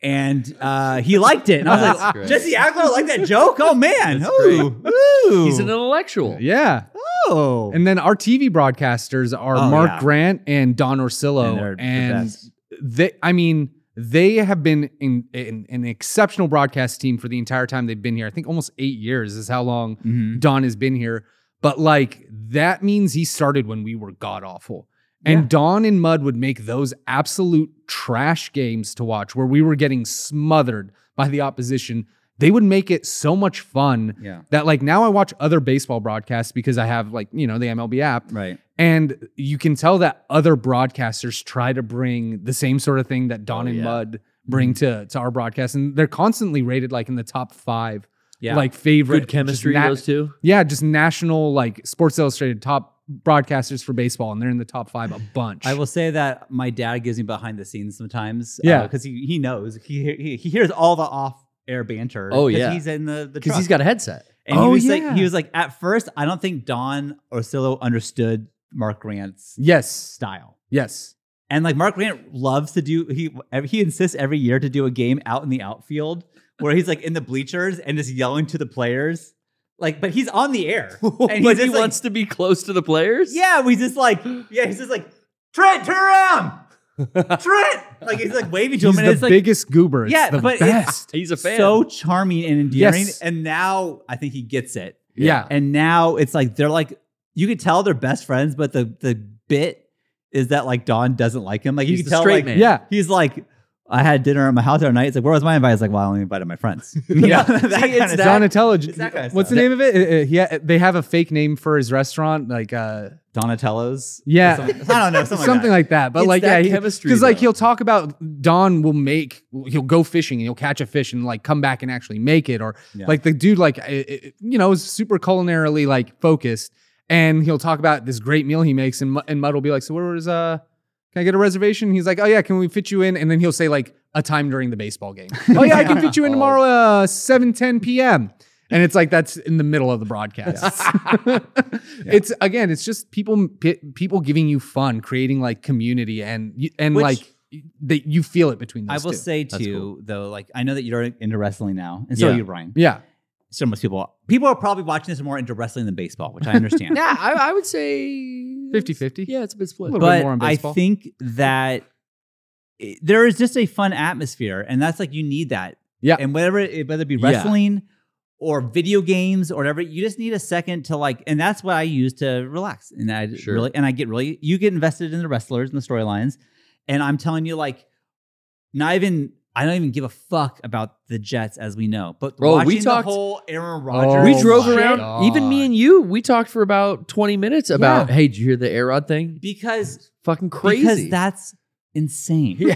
B: And uh, he liked it. And I was
A: That's
B: like,
A: great.
B: Jesse Ackler liked that joke? Oh, man.
A: That's
B: Ooh. Ooh.
A: He's an intellectual.
C: Oh. yeah.
B: Oh.
C: And then our TV broadcasters are
B: Oh,
C: Mark
B: yeah.
C: Grant and Don Orsillo,
B: And they're
C: and,
B: the best.
C: they, I mean, they have been in, in, an exceptional broadcast team for the entire time they've been here. I think almost eight years is how long
B: Mhm.
C: Don has been here. But like that means he started when we were god awful. And Don and Mud would make those absolute trash games to watch where we were getting smothered by the opposition. They would make it so much fun
B: Yeah.
C: that like now I watch other baseball broadcasts because I have like, you know, the MLB app.
B: Right.
C: And you can tell that other broadcasters try to bring the same sort of thing that Don
A: Oh,
C: and
A: yeah. Mm-hmm.
C: Mud bring to, to our broadcast. And they're constantly rated like in the top five,
B: Yeah.
C: like favorite
A: Good
C: just
A: chemistry.
C: na-
A: those two.
C: yeah, just national like Sports Illustrated top broadcasters for baseball, and they're in the top five a bunch.
B: I will say that my dad gives me behind the scenes sometimes.
C: Yeah.
B: Because he, he knows. He, he, he hears all the off air banter.
A: Oh,
B: 'cause
A: yeah.
B: He's in the, the
A: Because
B: truck.
A: he's got a headset.
B: And he
C: Oh,
B: was like,
C: yeah.
B: he was like, at first, I don't think Don Orsillo understood Mark Grant's
C: yes,
B: style.
C: yes,
B: And like Mark Grant loves to do he he insists every year to do a game out in the outfield where he's like in the bleachers and just yelling to the players Like, but he's on the air.
A: but
B: And
A: he
B: he's just like-
A: wants to be close to the players.
B: Yeah, we just like, yeah, he's just like, Trent, turn around. Trent. Like he's like waving to him
C: He's
B: and
C: the
B: it's like
C: biggest goober. It's
B: Yeah,
C: the
B: but it's-
C: best.
A: he's a fan.
B: so charming and endearing.
C: Yes.
B: And now I think he gets it.
C: yeah.
B: And now it's like they're like you could tell they're best friends, but the the bit is that like Don doesn't like him. Like you
A: He's
B: can
A: the
B: tell
A: straight
B: like
A: man.
C: Yeah.
B: he's like I had dinner at my house the other night. It's like, where was my invite? It's like, well, I only invited my friends.
C: Yeah.
B: that
A: See,
B: kind
A: it's
B: of
A: that-
C: Donatello.
B: It's that kind of
C: what's the
B: stuff.
C: name of it? Uh, uh, he ha- they have a fake name for his restaurant, like uh,
B: Donatello's.
C: Yeah.
B: Or something- I don't know. Something,
C: something
B: like
C: like that. But
A: It's
C: like,
A: that
C: yeah, he-
A: chemistry,
C: Because like
A: though.
C: he'll talk about Don will make he'll go fishing and he'll catch a fish and like come back and actually make it or
B: Yeah.
C: like the dude like i- i- you know is super culinarily like focused and he'll talk about this great meal he makes and Mu- and Mud will be like so where was uh can I get a reservation? He's like, oh yeah, can we fit you in? And then he'll say like a time during the baseball game. oh yeah, I can fit you in tomorrow uh 7:10 p.m. And it's like that's in the middle of the broadcast. It's again, it's just people pe- people giving you fun, creating like community and you- and
B: Which-
C: like that you feel it between
B: I
C: those
B: will
C: two.
B: say
A: That's
B: too,
A: cool.
B: though, like I know that you're into wrestling now, and so
A: Yeah.
B: are you, Ryan.
C: yeah.
B: So most people, people are probably watching this more into wrestling than baseball, which I understand.
A: Yeah, I, I would say
C: 50-50.
A: Yeah, it's a bit split.
C: A little bit
B: but
C: more on
B: I
C: baseball.
B: think that it- there is just a fun atmosphere, and that's like you need that.
C: Yeah.
B: and whatever it, whether it be
A: Yeah.
B: wrestling or video games or whatever, you just need a second to like, and that's what I use to relax. And I
A: Sure.
B: really, and I get really, you get invested in the wrestlers and the storylines, and I'm telling you, like, not even. I don't even give a fuck about the Jets as we know, but
A: Bro, we
B: watching
A: talked-
B: the whole Aaron
C: Oh
B: Rodgers.
A: we drove
C: my
A: around,
C: God.
A: even me and you, we talked for about 20 minutes about, hey, did you hear the Arod thing?
B: because
A: Fucking crazy.
B: Because that's insane.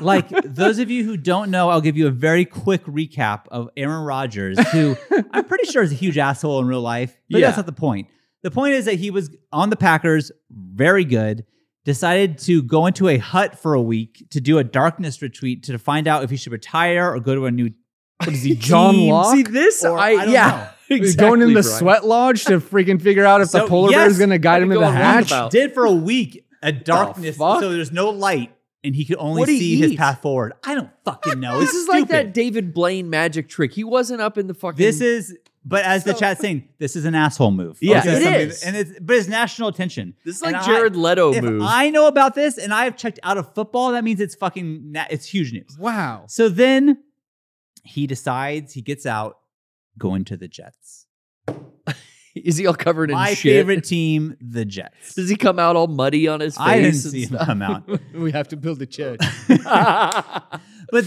B: like those of you who don't know, I'll give you a very quick recap of Aaron Rodgers, who I'm pretty sure is a huge asshole in real life, but
A: Yeah.
B: that's not the point. The point is that he was on the Packers, very good, decided to go into a hut for a week to do a darkness retreat to find out if he should retire or go to a new
C: What is he, John
B: team,
C: Locke?
A: See this?
B: or
A: I,
B: I don't
A: yeah.
C: He's going in the
A: Brian.
C: sweat lodge to freaking figure out if
B: So,
C: the polar bear
B: yes,
C: is going to guide him to
A: go
C: the
A: on
C: hatch.
A: roundabout.
B: did for a week a darkness
A: fuck?
B: so there's no light and he could only
A: What'd he
B: see his
A: eat?
B: path forward. I don't fucking know.
A: This
B: It's
A: is like
B: stupid.
A: that David Blaine magic trick. He wasn't up in the fucking.
B: This is, but as the
A: So-
B: chat's saying, this is an asshole move.
A: Yeah,
B: This
A: it
B: something-
A: is.
B: and it's but it's national attention.
A: this is like
B: And I-
A: Jared Leto
B: if
A: move.
B: I know about this and I have checked out of football, that means it's fucking na- it's huge news.
C: Wow.
B: So then he decides he gets out going to the Jets.
A: is he all covered in
B: My
A: shit?
B: favorite team, the Jets.
A: Does he come out all muddy on his face?
B: I didn't
A: and
B: see him
A: stuff?
B: come out,
C: We have to build a church.
B: but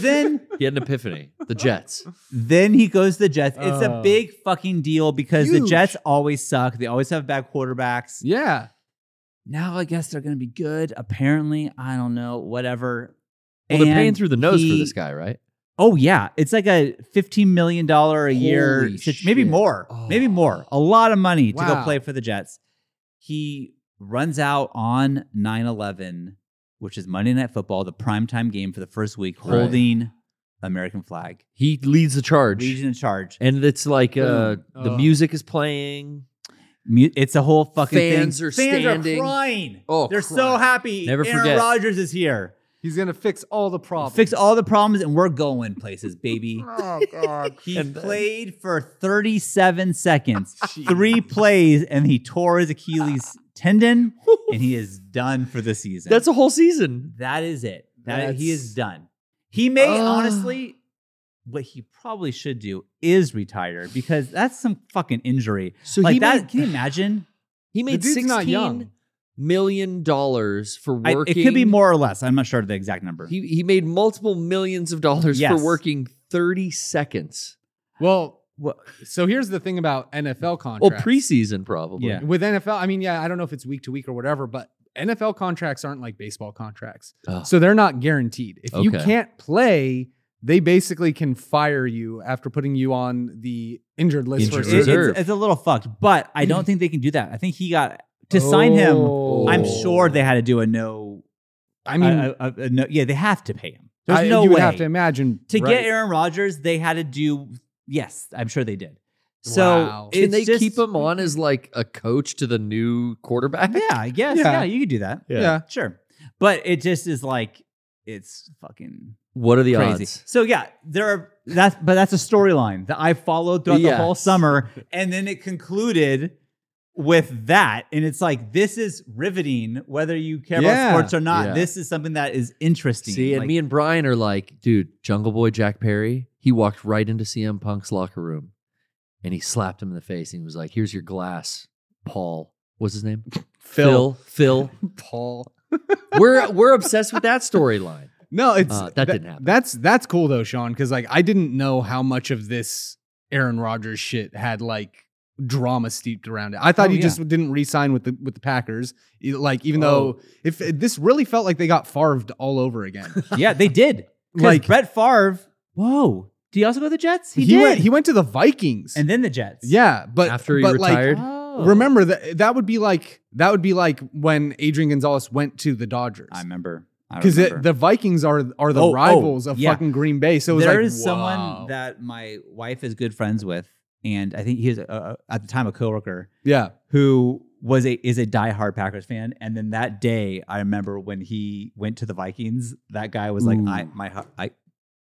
B: then
A: he had an epiphany. The Jets.
B: Then he goes to the Jets. It's a
C: Oh.
B: big fucking deal because the
C: Huge.
B: Jets always suck. They always have bad quarterbacks.
C: yeah.
B: Now I guess they're going to be good. Apparently, I don't know, whatever.
A: Well, they're
B: And
A: paying through the nose for
B: he-
A: this guy, right?
B: Oh yeah, it's like a fifteen million dollar a year,
A: Holy
B: sit- maybe
A: shit.
B: more, maybe
A: Oh.
B: more. A lot of money to go
C: Wow.
B: play for the Jets. He runs out on 9-11, which is Monday Night Football, the primetime game for the first week,
A: Right.
B: holding American flag,
A: He leads the charge.
B: leading the charge.
A: and it's like uh,
C: Boom.
A: the
C: Oh.
A: music is playing.
B: Mu- It's a whole fucking
A: Fans
B: thing.
A: are
B: Fans
A: standing.
B: are crying.
A: Oh,
B: they're so
A: crying.
B: happy.
A: Never
B: Aaron
A: forget.
B: Rodgers is here.
C: He's going to fix all the problems.
B: Fix all the problems, and we're going places, baby.
C: Oh, God.
B: He
A: And then-
B: played for 37 seconds, three plays, and he tore his Achilles tendon, and he is done for the season.
A: That's a whole season.
B: that is it. That
C: That's-
B: he is done. He may
A: Ugh.
B: honestly, what he probably should do is retire because that's some fucking injury.
A: So
B: like
A: he
B: that,
A: made,
B: can you imagine?
A: he
C: the
A: made
C: dude's not
A: sixteen
C: young.
A: million dollars for
B: I-
A: working.
B: it could be more or less. I'm not sure of the exact number.
A: He he made multiple millions of dollars
B: Yes.
A: for working thirty seconds.
C: Well,
B: Well,
C: so here's the thing about NFL contracts.
A: Well, preseason probably.
B: Yeah.
C: with NFL, I mean, yeah, I don't know if it's week to week or whatever, but NFL contracts aren't like baseball contracts.
A: Oh.
C: So they're not guaranteed. If you
A: Okay.
C: can't play, they basically can fire you after putting you on the injured list
A: Injured
C: for
B: it-
C: a certain-
A: reserve.
B: it's, it's a little fucked, but I don't think they can do that. I think he got to sign him.
C: Oh.
B: I'm sure they had to do a no.
C: I mean,
B: a, a- a no, yeah, they have to pay him. There's
C: I-
B: no
C: you
B: way
C: would have to imagine
B: To
C: right.
B: get Aaron Rodgers. They had to do. Yes, I'm sure they did. So
C: Wow.
A: Can
B: it's
A: they
B: just-
A: keep him on as like a coach to the new quarterback?
B: Yeah, I guess. Yeah,
C: Yeah.
B: you could do that.
C: Yeah.
B: Sure, but it just is like it's fucking
A: What are the
B: crazy.
A: odds?
B: So yeah, there are That's but that's a storyline that I followed throughout the whole
A: Yes.
B: summer, and then it concluded with that. And it's like this is riveting, whether you care
C: Yeah.
B: about sports or not.
A: Yeah.
B: This is something that is interesting.
A: See, and
B: Like,
A: me and Brian are like, dude, Jungle Boy Jack Perry, he walked right into CM Punk's locker room and he slapped him in the face and he was like, here's your glass, Paul. What's his name?
C: Phil.
A: Phil.
C: Paul.
A: we're we're obsessed with that storyline.
C: No, it's
A: Uh, that didn't happen.
C: That's that's cool though, Sean, because like I didn't know how much of this Aaron Rodgers shit had like drama steeped around it. I thought
A: Oh,
C: he
A: yeah.
C: just didn't re-sign with the with the Packers. E- Like even
A: Oh.
C: though if this really felt like they got farved all over again.
B: yeah, they did. Like
C: Like-
B: Brett Favre. Whoa, did he also go to the Jets? He, did.
C: went he went to the Vikings.
B: and then the Jets.
C: yeah, but
A: After he
C: but, like,
A: retired.
B: Oh.
C: remember that that would be like that would be like when Adrian Gonzalez went to the Dodgers.
B: I remember I
C: Because
B: remember.
C: the Vikings are are the
B: Oh, oh,
C: rivals of
B: yeah.
C: fucking Green Bay, so it was
B: There
C: like
B: is
C: wow.
B: someone that my wife is good friends with, and I think he is uh, at the time a coworker
C: yeah
B: who was a is a diehard Packers fan. And then that day, I remember when he went to the Vikings, that guy was like,
C: Ooh.
B: "I my heart, I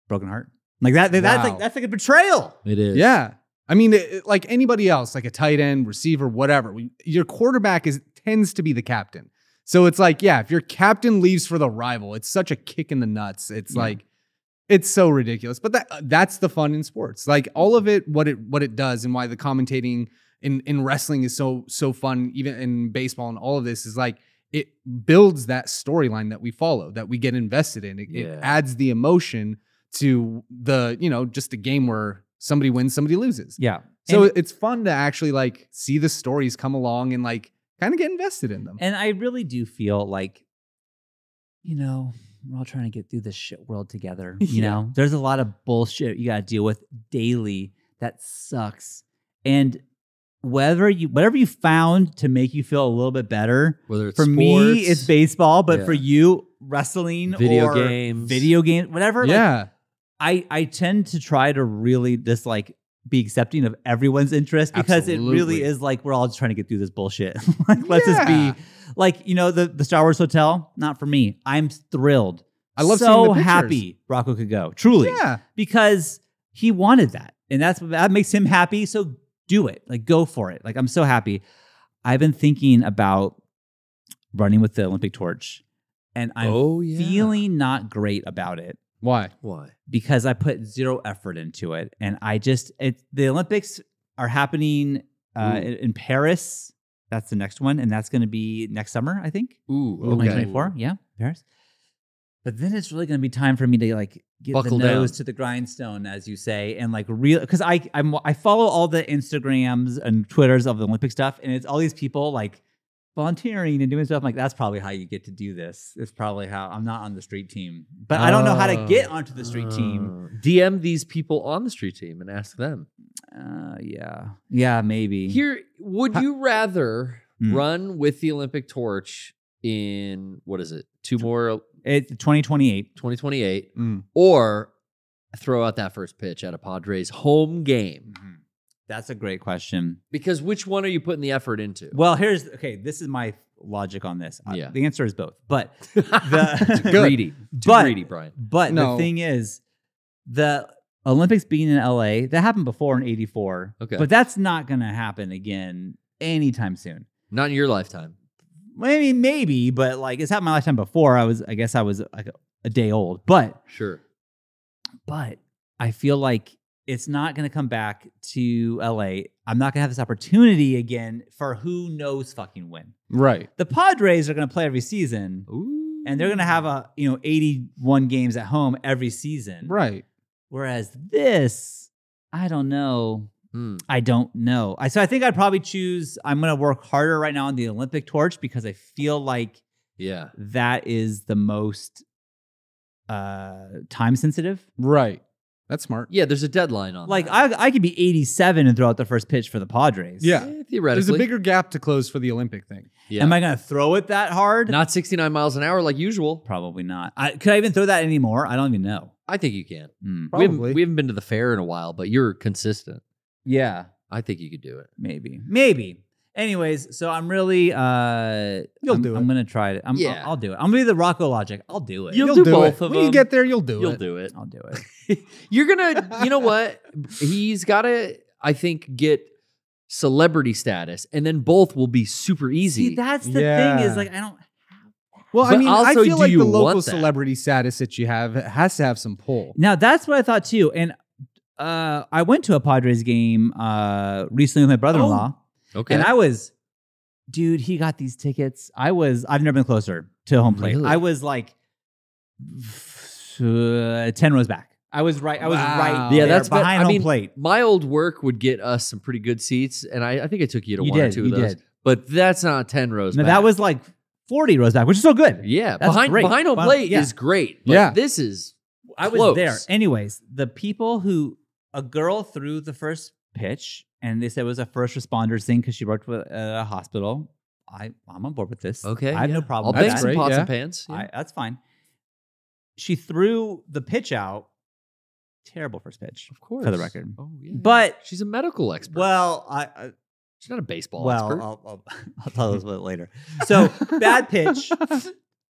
B: broken heart." Like that. That's
C: Wow.
B: like that's like a betrayal.
A: It is.
C: Yeah. I mean, it- it- like anybody else, like a tight end, receiver, whatever, we- your quarterback is tends to be the captain. So it's like, yeah, if your captain leaves for the rival, it's such a kick in the nuts. It's
B: Yeah.
C: like, it's so ridiculous. But that that's the fun in sports. Like all of it, what it what it does, and why the commentating in in wrestling is so so fun, even in baseball and all of this is like it builds that storyline that we follow, that we get invested in. It,
A: Yeah.
C: it adds the emotion to the you know just a game where somebody wins, somebody loses.
B: Yeah.
C: So
B: And-
C: it's fun to actually like see the stories come along and like kind of get invested in them.
B: And I really do feel like, you know, we're all trying to get through this shit world together. You
C: Yeah.
B: know, there's a lot of bullshit you got to deal with daily that sucks. And whether you, whatever you found to make you feel a little bit better,
A: Whether it's
B: for me, it's
A: sports,
B: baseball, but for
A: Yeah.
B: you, wrestling,
A: video
B: or
A: games,
B: video games, whatever. like,
C: yeah.
B: I I tend to try to really just like be accepting of everyone's interest because it really
C: Absolutely.
B: is like we're all just trying to get through this bullshit. like let's just
C: Yeah.
B: be like you know the the Star Wars hotel not for me. I'm thrilled.
C: I love
B: so
C: seeing the pictures.
B: happy Rocco could go truly
C: yeah.
B: because he wanted that and that's that makes him happy. So do it like go for it. Like I'm so happy. I've been thinking about running with the Olympic torch, and I'm
A: oh yeah.
B: feeling not great about it
C: Why?
A: why?
B: because I put zero effort into it. And I just, it, the Olympics are happening uh,
A: Ooh.
B: in, in Paris. That's the next one. And that's going to be next summer, I think.
A: Ooh,
C: okay.
B: 2024. Yeah, Paris. But then it's really going to be time for me to like get
A: Buckle
B: the nose
A: down.
B: to the grindstone, as you say, and like real because I I'm, I follow all the Instagrams and Twitters of the Olympic stuff, and it's all these people like volunteering and doing stuff. I'm like that's probably how you get to do this. It's probably how I'm not on the street team, but I don't know how to get onto the street
A: Uh.
B: team.
A: DM these people on the street team and ask them.
B: Uh, yeah, yeah, maybe.
A: Here, would
C: Ha-
A: you rather
B: Mm.
A: run with the Olympic torch in what is it? Two more
B: it's 2028.
A: 2028
C: Mm.
A: or throw out that first pitch at a Padres home game?
B: Mm-hmm. That's a great question.
A: Because which one are you putting the effort into?
B: Well, here's okay. This is my logic on this. I-
A: Yeah.
B: the answer is both, but
A: Too
B: the
A: greedy. Too
B: But-
A: greedy, Brian.
B: but the
C: No.
B: thing is, the Olympics being in LA that happened before in '84.
A: Okay.
B: but that's not going to happen again anytime soon.
A: Not in your lifetime.
B: I mean, maybe, but like it's happened my lifetime before. I was, I guess, I was like a, a day old. But
A: Sure.
B: but I feel like it's not going to come back to LA. I'm not going to have this opportunity again for who knows fucking when.
C: Right.
B: The Padres are going to play every season.
A: Ooh.
B: and they're going to have a you know 81 games at home every season
C: Right.
B: whereas this i don't know
A: Hmm.
B: i don't know i so i think i'd probably choose i'm going to work harder right now on the olympic torch because i feel like
A: Yeah.
B: that is the most uh time sensitive
C: Right. That's smart.
A: Yeah, there's a deadline
C: Oh,
A: on
B: like
A: that.
B: i i could be 87 and throw out the first pitch for the padres
C: Yeah.
A: Eh,
C: There's a
A: theoretically.
C: bigger gap to close for the Olympic thing.
A: yeah.
B: am i going to throw it that hard
A: Not 69 miles an hour like usual.
B: probably not I, could i even throw that anymore i don't even know
A: I think you can.
B: Hmm.
A: We haven't,
C: Probably.
A: we haven't been to the fair in a while, but you're consistent.
B: yeah
A: I think you could do it.
B: Maybe. Maybe. Anyways, so I'm really uh
C: You'll
B: I'm,
C: do
B: I'm
C: it.
B: gonna try it. I'm, I'll-
A: Yeah.
B: I'll, do it. I'm gonna be the Rocco Logic. I'll do it.
A: You'll do
C: it.
A: both of
C: When you
A: them.
C: get there, you'll do
A: You'll
C: it.
A: do it.
B: I'll do it.
A: You're gonna, you know what? He's gotta, I think, get celebrity status, and then both will be super easy.
B: See, that's the thing
C: Yeah.
B: is like I don't
C: Well, I
A: But
C: mean, I
A: also,
C: feel
A: do
C: like
A: you
C: the local
A: want that?
C: celebrity status that you have has to have some pull.
B: Now that's what I thought too. And uh, I went to a Padres game uh, recently with my brother-in-law,
A: Oh, okay.
B: and I was, dude, he got these tickets. I was, I've never been closer to home plate.
A: Really?
B: I was like uh, ten rows back. I was right. I was
C: Wow.
B: right.
C: Yeah,
B: there
A: that's bet-
B: behind
A: I
B: home
A: mean,
B: plate.
A: My old work would get us some pretty good seats, and I, I think I took you to
B: You
A: one
B: did.
A: or two of
B: You
A: those.
B: did.
A: But that's not ten rows.
B: No,
A: back.
B: that was like forty rows back, which is so good.
A: yeah
B: that's
A: behind
B: great.
A: behind home
B: Wow,
A: plate
B: yeah.
A: is great. but
C: Yeah.
A: this is
B: I was
A: Close.
B: there. Anyways, the people who a girl threw the first pitch, and they said it was a first responders thing because she worked with at a hospital. I I'm on board with this.
A: okay.
B: I have no
A: yeah.
B: problem.
A: I'll
B: with
A: bake
B: that.
A: some
C: great,
A: pots
C: yeah.
A: and pans. yeah.
B: I, that's fine. She threw the pitch out. Terrible first pitch.
A: of course,
B: for the record.
A: Oh yeah,
B: But
A: she's a medical expert.
B: well, I, I
A: she's not a baseball
B: well
A: expert.
B: I'll, I'll, I'll tell this later. So bad pitch.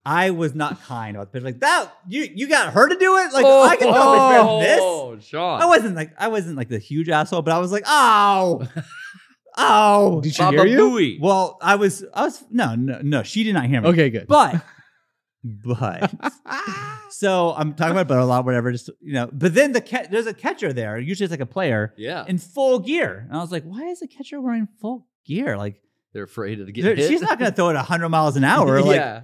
B: I was not kind about the pitch. Like that, you you got her to do it. Like I can tell this.
A: oh, Sean.
B: I wasn't like I wasn't like the huge asshole, but I was like, oh, oh.
C: Did she
A: Baba
C: hear you?
A: Booey.
B: Well, I was I was no no no. She did not hear me.
C: Okay, good.
B: but but so I'm talking about brother a lot, whatever. Just you know, but then the ca- there's a catcher there. Usually it's like a player
A: yeah,
B: in full gear, and I was like, why is the catcher wearing full gear? Like
A: they're afraid of the
B: there-
A: getting hit.
B: she's not gonna throw it 100 miles an hour. Like
A: yeah,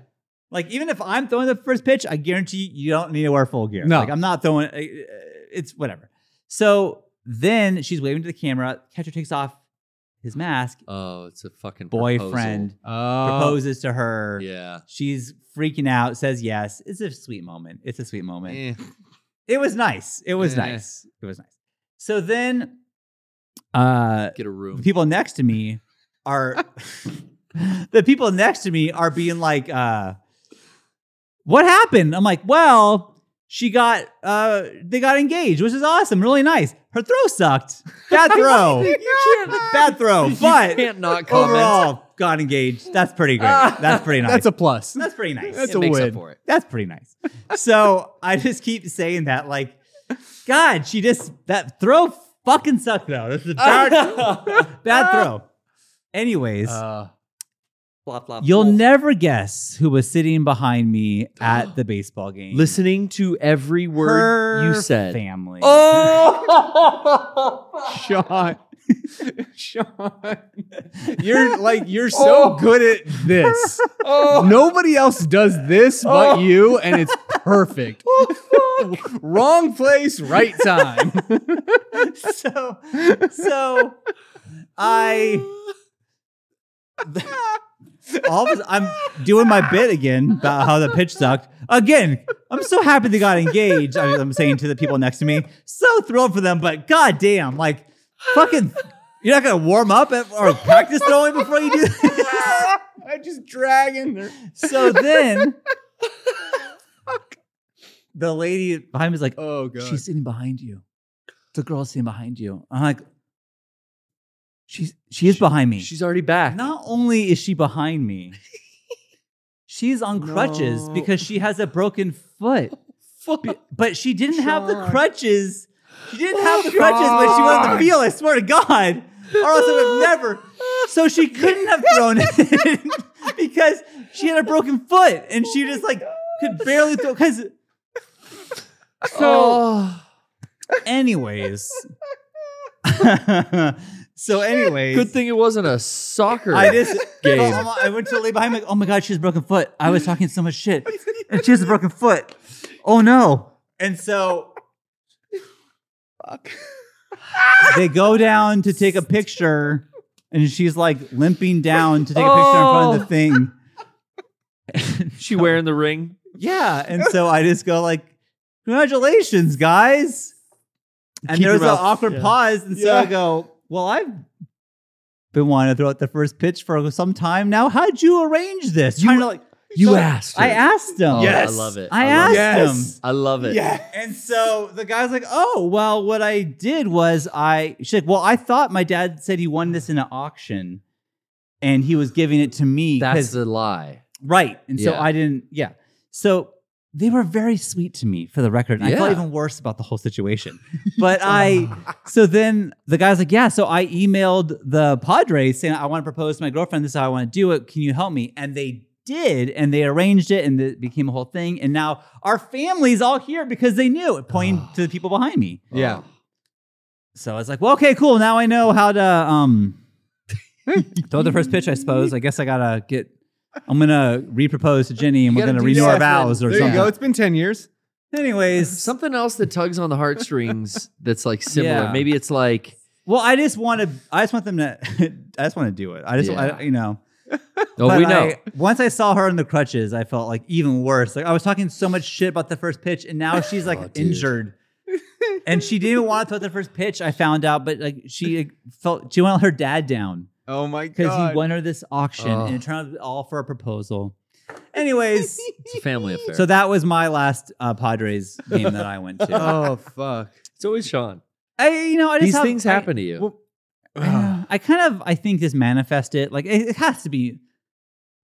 B: like even if I'm throwing the first pitch, I guarantee you, you don't need to wear full gear.
C: No.
B: like I'm not throwing. uh, It's whatever. So then she's waving to the camera. Catcher takes off his mask.
A: oh, it's a fucking proposal. Oh.
B: Boyfriend
C: Uh,
B: proposes to her.
A: Yeah,
B: She's freaking out. Says yes. It's a sweet moment. It's a sweet moment.
A: Eh,
B: It was nice. It was
A: Eh.
B: nice. It was nice. So then, uh,
A: get a
B: the
A: room.
B: people next to me are the people next to me are being like uh what happened i'm like well she got uh they got engaged which is awesome really nice her throw sucked bad throw bad throw
A: Oh you
B: but
A: can't not comment. Ah,
B: overall got engaged that's pretty great that's pretty nice
C: that's a plus.
B: that's pretty nice
C: That's
A: it
C: a
A: makes
C: win.
A: up for it.
B: that's pretty nice. So I just keep saying that, like, God, she just that throw fucking sucked though. That's a bad, bad throw. Anyways,
C: Uh,
B: you'll never guess who was sitting behind me at the baseball game.
A: Listening to every word
B: Her
A: you said.
B: family.
A: Oh,
C: Sean. Sean. You're like you're so good at this. Nobody else does this but
A: Oh.
C: you, and it's perfect. Oh, Wrong place, right time.
B: so, so I. All of a, I'm doing my bit again about how the pitch sucked. Again, I'm so happy they got engaged. I, I'm saying to the people next to me, so thrilled for them, but goddamn, like fucking, you're not gonna warm up at- or practice throwing before you do this.
C: I'm just dragging. Their-
B: So then, the lady behind me is like,
C: oh god.
B: She's sitting behind you. The girl's sitting behind you. I'm like, she's she is behind me.
A: she's already back.
B: Not only is she behind me, she's on crutches
C: No.
B: because she has a broken foot.
A: Fuck.
B: B- But she didn't have the
C: Sean.
B: crutches. She didn't have the crutches when she went on the
C: Sean.
B: field. I swear to God, or else I would never. So she couldn't have thrown it because she had a broken foot and she just like could barely throw. Because
A: Oh.
B: Anyways. so, anyways.
A: good thing it wasn't a soccer.
B: I just
A: Game.
B: Oh, I went to lay behind like, oh my god, she has a broken foot. I was talking so much shit, and she has a broken foot. Oh no! And so, they go down to take a picture, and she's like limping down to take a picture in front of the
A: Oh.
B: thing.
C: Oh.
A: she wearing the ring.
B: Yeah, and so I just go like, "Congratulations, guys!" And
A: Keep
B: there was an
A: your mouth-
B: awkward
A: yeah.
B: pause, and so I
C: Yeah.
B: go, "Well, I've been wanting to throw out the first pitch for some time now. How'd you arrange this?" Trying to like,
A: You
B: So-
A: asked.
B: I
A: her.
B: asked him.
A: Oh,
C: Yes.
A: I love it.
B: I
A: love
B: asked
A: it.
C: Yes.
B: him.
A: I love it.
C: yeah.
B: And so the guy's like, "Oh, well, what I did was I." She's like, "Well, I thought my dad said he won this in an auction." and he was giving it to me. 'cause-
A: That's a lie.
B: Right. And so
A: Yeah.
B: I didn't, yeah. So they were very sweet to me for the record. And I felt
A: Yeah. Oh.
B: even worse about the whole situation. But I, so then the guy's like, yeah. So I emailed the Padres saying, I want to propose to my girlfriend. This is how I want to do it. Can you help me? And they did. And they arranged it and it became a whole thing. And now our family's all here because they knew, pointing to the people behind me.
C: Yeah.
B: So I was like, well, okay, cool. Now I know how to um throw the first pitch, I suppose. I guess I gotta get I'm gonna repropose to Jenny and
A: You
B: we're
A: gotta
B: gonna
A: do
B: renew our
A: something.
B: vows or
C: there
B: something.
C: you go. It's been 10 years.
B: Anyways,
A: Something else that tugs on the heartstrings that's like similar.
B: Yeah.
A: Maybe it's like
B: well, I just wanna I just want them to I just wanna do it. I just
A: Yeah.
B: I, you know.
A: oh
B: But
A: we know
B: I- once I saw her in the crutches, I felt like even worse. Like I was talking so much shit about the first pitch, and now she's like
A: Oh, dude.
B: injured. and she didn't want to throw the first pitch, I found out, but like she like, felt she wanted her dad down.
C: Oh my
B: because
C: God.
B: he won her this auction
A: Ugh.
B: and it turned out to be all for a proposal. Anyways,
A: it's a family affair.
B: so that was my last uh, Padres game that I went to.
C: oh, fuck.
A: it's always Sean.
B: I, you know, I just
A: These
B: have-
A: things
B: I-
A: happen to you.
B: well, I, I kind of, I think this manifested. Like it, it has to be.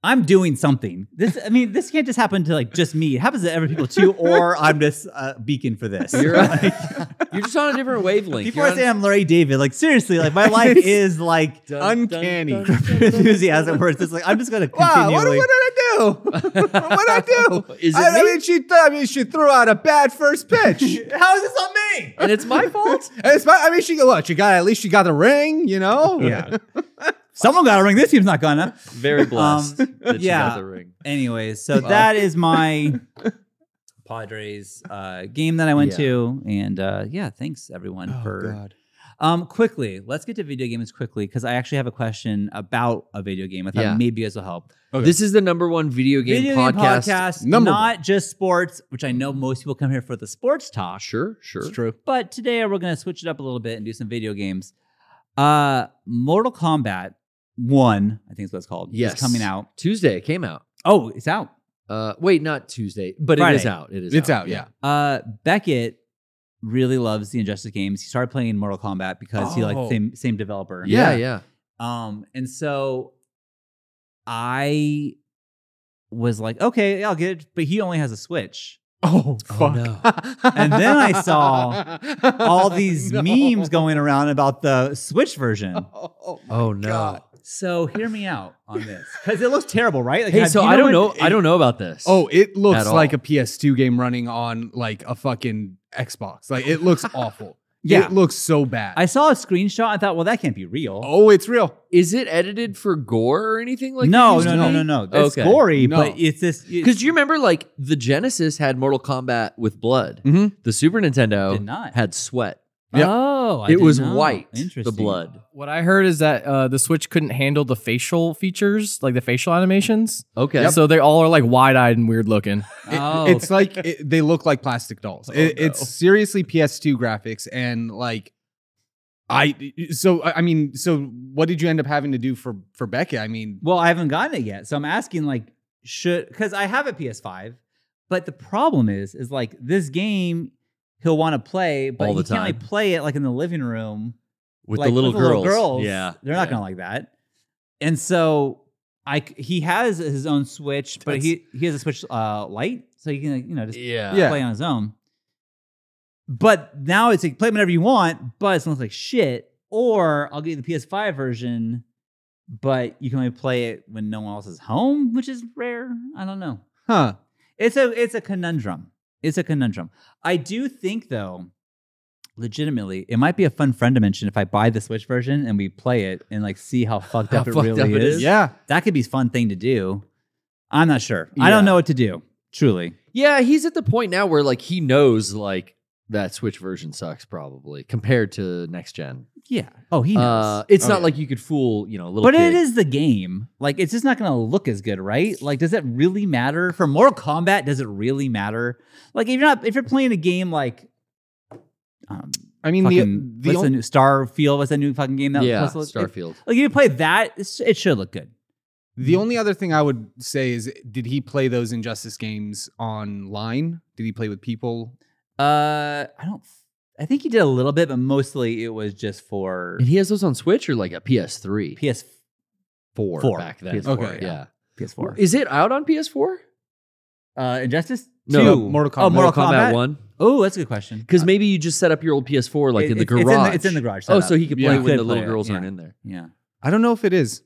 B: I'm doing something. This, I mean, this can't just happen to like just me. It happens to other people too, or I'm just a beacon for this.
A: You're,
B: Like,
A: you're just on a different wavelength.
B: before
A: You're
B: I say I'm Larry David, like seriously, like my life
C: It's-
B: is like
A: on-
C: Uncanny.
B: enthusiasm, where it's just like I'm just gonna
C: Wow,
B: continually.
C: what, what did I do? what did I do?
A: Is it
C: I,
A: me?
C: I mean, she th- I mean, she threw out a bad first pitch.
B: How is this on me?
A: and it's my fault.
C: It's fine. I mean, she look. She got at least she got the ring. You know.
B: Yeah. Someone got a ring. This team's not gonna.
A: Very blessed that you
B: Um, yeah.
A: got the ring.
B: Anyways, so
A: Wow.
B: that is my Padres uh, game that I went
A: Yeah.
B: to, and uh, yeah, thanks everyone
C: Oh,
B: for. Um, quickly, let's get to video games quickly because I actually have a question about a video game. I thought
A: Yeah.
B: maybe this will help.
C: Okay.
A: This is the number one video game
B: video game
A: podcast.
B: podcast,
C: number
B: not just sports, which I know most people come here for the sports talk.
A: Ah, Sure, sure.
C: It's true.
B: But today we're going to switch it up a little bit and do some video games. Uh, Mortal Kombat 1, I think is what it's called,
A: Yes.
B: is coming out.
A: Tuesday it came out.
B: Oh, it's out.
A: Uh, wait, not Tuesday, but it is
B: Friday.
A: out. It is.
C: It's, out. Yeah.
B: Uh, Beckett really loves the Injustice games. He started playing Mortal Kombat because he liked
C: Oh.
B: same same developer.
A: Yeah, yeah.
B: Um, and so I was like, okay, I'll get it, but he only has a Switch.
C: Oh fuck.
A: no.
B: And then I saw All these memes going around about the Switch version.
C: Oh, my
A: Oh, no.
C: God.
B: So hear me out on this because it looks terrible, right? Like,
A: Hey,
B: have-
A: so
B: you
A: I don't know.
B: what-
A: I don't know about this.
C: Oh, it looks
A: At all.
C: like a PS2 game running on like a fucking Xbox. Like it looks awful.
B: Yeah.
C: It looks so bad.
B: I saw a screenshot. I thought, well, that can't be real.
C: oh, it's real.
A: is it edited for gore or anything like? it
B: no, no,
A: used
B: no,
A: to
B: no,
A: be?
B: no, It's
A: Okay.
B: gory,
C: No.
B: but it's this. it-
A: Because do you remember, like the Genesis had Mortal Kombat with blood.
C: Mhm.
A: The Super Nintendo
B: Mm-hmm. Did not.
A: had sweat.
C: Yeah.
B: Oh, I
A: it
B: didn't
A: was
B: know.
A: white. The
B: Interesting.
A: blood.
D: What I heard is that uh, the Switch couldn't handle the facial features, like the facial animations.
A: Okay.
D: So they all are like wide eyed and weird looking.
C: It-
B: Oh.
C: It's like it, they look like plastic dolls.
D: Oh,
C: It-
D: no.
C: It's seriously PS2 graphics and like I so I I mean so what did you end up having to do for for Becca? I mean
B: Well, I haven't gotten it yet, so I'm asking, like, should because I have a PS5, but the problem is, is like this game he'll want to play, but
A: All the
B: he can't like
A: time.
B: play it like in the living room
A: with
B: like,
A: the little girls.
B: Yeah,
A: Yeah.
B: they're not gonna like that. And so I c- he has his own Switch, but
D: That's-
B: he he has a Switch uh, Lite, so he can like, you know just
A: Yeah.
C: Yeah.
B: uh, play on his own. But now it's like play whenever you want, but it sounds like shit. Or I'll get you the PS5 version, but you can only play it when no one else is home, which is rare. I don't know.
C: huh
B: It's a it's a conundrum. It's a conundrum. I do think though, legitimately, it might be a fun friend dimension if I buy the Switch version and we play it and like see how fucked
A: How
B: up it
A: fucked
B: really
A: up it
B: is.
A: is.
C: yeah
B: That could be a fun thing to do. I'm not sure. I don't
A: Yeah.
B: know what to do. Truly.
A: Yeah, he's at the point now where like he knows like that Switch version sucks probably compared to next gen.
B: Yeah. Oh, he knows.
A: Uh, it's
C: Oh,
A: not
C: yeah.
A: like you could fool you know a little.
B: but it
A: kid.
B: is the game. Like it's just not going to look as good, right? Like does that really matter for Mortal Kombat? Does it really matter? Like if you're not if you're playing a game like um,
C: I mean
B: fucking,
C: the the
B: what's
C: only,
B: the new Starfield? What's that new fucking game that
A: yeah,
B: was supposed to look-
A: Starfield.
B: Like if you play that, it's, it should look good.
C: the
A: Mm.
C: only other thing I would say is did he play those injustice games online? Did he play with people?
B: Uh, I don't. I think he did a little bit, but mostly it was just for
A: And he has those on Switch or like a PS3.
B: PS5.
A: four,
B: Four.
A: back then.
B: PS4,
C: Okay.
A: Yeah.
B: PS4.
A: Is it out on PS4?
B: Uh, Injustice?
A: No,
B: Two.
C: Mortal
B: Oh,
C: Kombat.
B: Mortal Kombat.
A: Kombat one.
B: Oh, that's a good question.
A: Because maybe you just set up your old PS4 like
B: It-
A: in the
B: it's- it's
A: garage.
B: in the- it's in the garage
A: Oh,
B: setup.
A: so he could play
C: Yeah.
A: when
B: Could
A: the
B: play
A: little
B: it,
A: girls aren't
B: yeah.
A: in there.
B: Yeah.
C: I don't know if it is.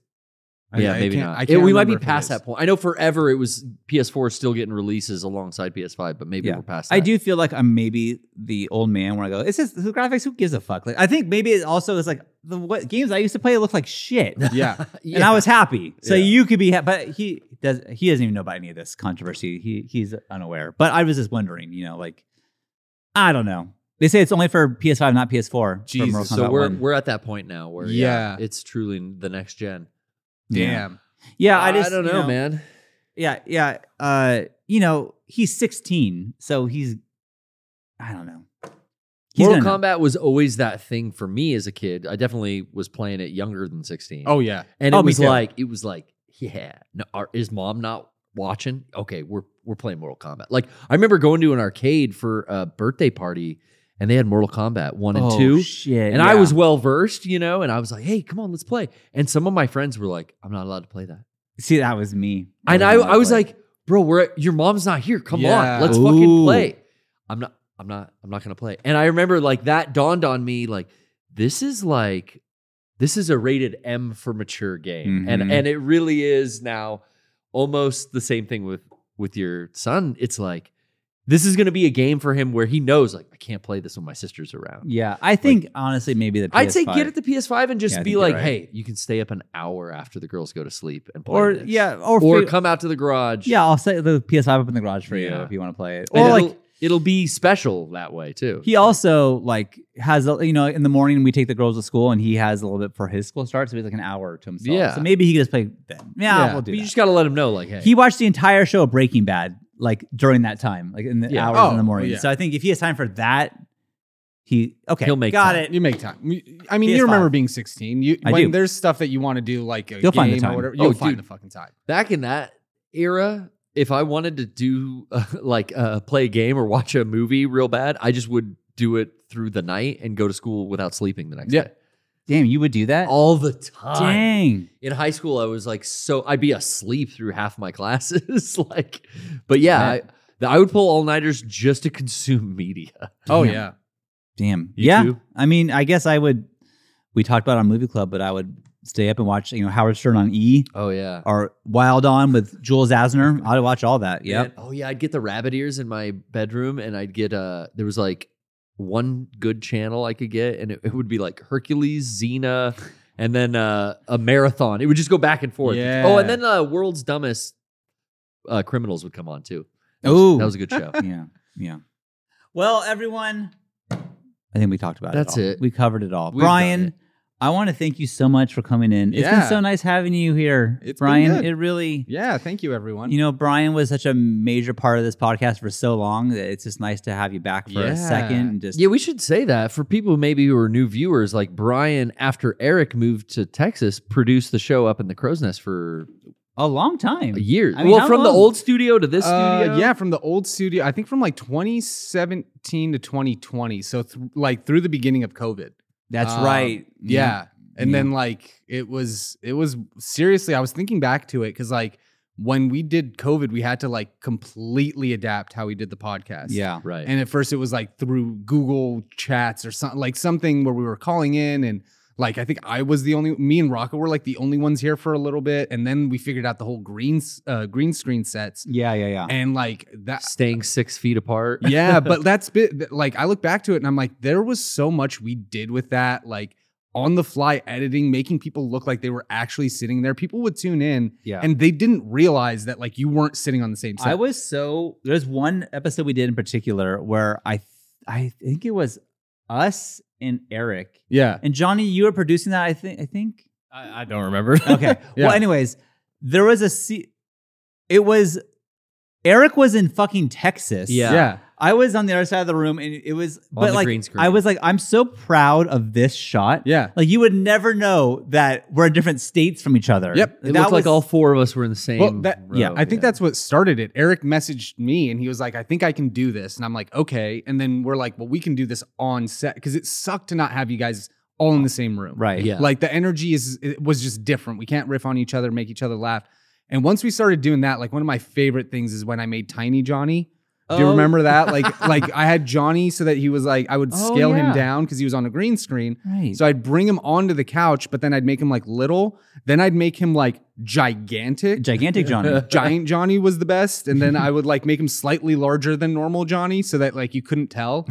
C: I-
A: yeah,
C: I
A: maybe
C: can't-
A: not.
C: I
A: It-
C: can't
A: we might be
C: remember if it
A: past
C: is.
A: that point. I know forever it was PS4 still getting releases alongside PS5, but maybe
B: Yeah.
A: we're past. That.
B: I do feel like I'm maybe the old man where I go, it's just the graphics, who gives a fuck? Like I think maybe it also is like the what games I used to play looked like shit.
C: Yeah.
B: And I was happy. So
A: Yeah.
B: you could be ha- but he does he doesn't even know about any of this controversy. He he's unaware. But I was just wondering, you know, like I don't know. They say it's only for PS5, not PS4. for
C: Jesus,
B: Mortal
A: So
B: Kombat
A: we're
B: 1.
A: we're at that point now where yeah,
C: Yeah.
A: it's truly the next gen.
B: yeah.
C: Damn.
B: Yeah, I just
A: don't
B: you
A: know, man.
B: Yeah, yeah. Uh, you know, he's 16, so he's I don't know. He's
A: Mortal
B: gonna know.
A: Kombat was always that thing for me as a kid. I definitely was playing it younger than 16.
C: Oh yeah.
A: and
B: oh,
A: it
B: me
A: was
B: too.
A: like it was like, yeah, no, are, is mom not watching? Okay, we're we're playing Mortal Kombat. Like I remember going to an arcade for a birthday party and they had Mortal Kombat 1 and
B: Oh,
A: 2.
B: Shit.
A: And I
B: yeah.
A: was well versed, you know, and I was like, hey, come on, let's play. And some of my friends were like, I'm not allowed to play that.
B: See, that was me.
A: and I,
B: wasn't
A: I was
B: like-
A: like, bro, we're at, your mom's not here. Come
C: Yeah.
A: on, let's
B: Ooh.
A: fucking play. I'm not, I'm not, I'm not gonna play. And I remember like that dawned on me like this is like this is a rated M for mature game,
B: Mhm.
A: and and it really is now almost the same thing with with your son. It's like this is gonna be a game for him where he knows like I can't play this when my sister's around.
B: Yeah, I think honestly, maybe the PS5.
A: I'd say get at the PS5 and just
B: Yeah, I think
A: be
B: you're
A: like,
B: right.
A: hey, you can stay up an hour after the girls go to sleep and play
B: or
A: this.
B: yeah, or,
A: Or
B: fi-
A: come out to the garage.
B: yeah, I'll set the PS5 up in the garage for you
A: Yeah.
B: if you want to play it.
A: Or
B: Or like
A: it'll, it'll be special that way too.
B: he also like has a, you know in the morning we take the girls to school and he has a little bit for his school starts. So he's like an hour to himself.
A: Yeah.
B: so maybe he can just play then. Yeah,
C: Yeah,
B: we'll
A: but
B: do.
A: you
B: that.
A: just gotta let him know, like, hey,
B: He watched the entire show of Breaking Bad like during that time, like in the
A: Yeah.
B: hours
C: Oh,
B: in the morning.
C: yeah.
B: So I think if he has time for that, he okay,
A: He'll make
B: got
A: time.
B: it.
C: You make time. You- I mean,
B: PS5.
C: you remember being 16. You
B: I
C: when
B: do.
C: there's stuff that you want to do, like a
B: You'll
C: game
B: find the time.
C: or whatever.
A: Oh,
C: You'll find
A: dude.
C: the fucking time.
A: back in that era, if I wanted to do uh, like uh, play a game or watch a movie real bad, I just would do it through the night and go to school without sleeping the next
C: Yeah.
A: day
B: Damn, you would do that?
A: all the time.
B: Dang.
A: In high school, I was like so I'd be asleep through half my classes, like, but yeah, I, I would pull all nighters just to consume media.
C: Oh
B: Damn.
C: yeah.
B: Damn.
A: You
B: yeah.
A: too?
B: I mean, I guess I would. We talked about it on movie club, but I would stay up and watch, you know, Howard Stern on E
A: Oh yeah.
B: or Wild On with Jules Asner. I'd watch all that. Yep.
A: And- oh yeah, I'd get the rabbit ears in my bedroom, and I'd get uh there was like one good channel I could get, and it, it would be like Hercules, Xena, and then uh, a marathon. It would just go back and forth.
C: Yeah.
A: Oh, and then uh, World's Dumbest uh, Criminals would come on too.
B: Oh,
A: That was a good show.
B: yeah, yeah. Well, everyone, I think we talked about it.
A: That's
B: all.
A: it.
B: We covered it all.
A: We've done
B: Brian,
A: it.
B: I want to thank you so much for coming in. It's been
C: Yeah.
B: so nice having you here,
C: It's been
B: Brian.
C: good.
B: It really,
C: Yeah. Thank you, everyone.
B: you know, Brian was such a major part of this podcast for so long that it's just nice to have you back for
C: Yeah.
B: a second and just
A: Yeah, we should say that for people maybe who are new viewers, like Brian, after Eric moved to Texas, produced the show up in the Crow's Nest for
B: a long time.
A: a year.
B: I mean,
A: well,
B: how
A: from the
B: long?
A: old studio to this
C: Uh,
A: studio.
C: yeah, from the old studio. I think from like 2017 to 2020. So th- like through the beginning of COVID.
B: That's
C: Um,
B: right.
C: Yeah. And
B: Yeah.
C: then like it was it was seriously I was thinking back to it cuz like when we did COVID we had to like completely adapt how we did the podcast.
B: Yeah.
A: Right.
C: And at first it was like through Google chats or something like something where we were calling in and like I think I was the only me and Rocco were like the only ones here for a little bit and then we figured out the whole green s- uh, green screen sets
B: Yeah, yeah, yeah.
C: and like that
A: Staying six feet apart.
C: yeah, but that's bit like I look back to it and I'm like, there was so much we did with that, like on the fly editing, making people look like they were actually sitting there. People would tune in
B: yeah.
C: and they didn't realize that like you weren't sitting on the same side.
B: I was so there's one episode we did in particular where I th- I think it was us and Eric.
C: yeah.
B: And Johnny, you were producing that, I think I think.
D: I, I don't remember.
B: Okay.
C: Yeah.
B: Well, anyways, there was a se- it was Eric was in fucking Texas.
A: Yeah.
C: Yeah.
B: I was on the other side of the room and it was but
A: the
B: like
A: green screen.
B: I was like I'm so proud of this shot.
C: Yeah.
B: Like you would never know that we're in different states from each other.
C: Yep.
A: It
B: That
A: looked like
B: was-
A: all four of us were in the same.
C: Well, that-
B: Oh, yeah,
A: row.
C: I think that's what started it. Eric messaged me and he was like, I think I can do this. And I'm like, okay. And then we're like, well, we can do this on set because it sucked to not have you guys all in the same room.
B: Right.
A: Yeah.
C: Like the energy is it was just different. We can't riff on each other, make each other laugh. And once we started doing that, like one of my favorite things is when I made Tiny Johnny. Do you
B: Oh.
C: remember that? Like like I had Johnny so that he was like I would
B: Oh,
C: scale
B: yeah.
C: him down because he was on a green screen.
B: Right.
C: So I'd bring him onto the couch, but then I'd make him like little. Then I'd make him like gigantic.
B: Gigantic Johnny.
C: Giant Johnny was the best, and then I would like make him slightly larger than normal Johnny so that like you couldn't tell.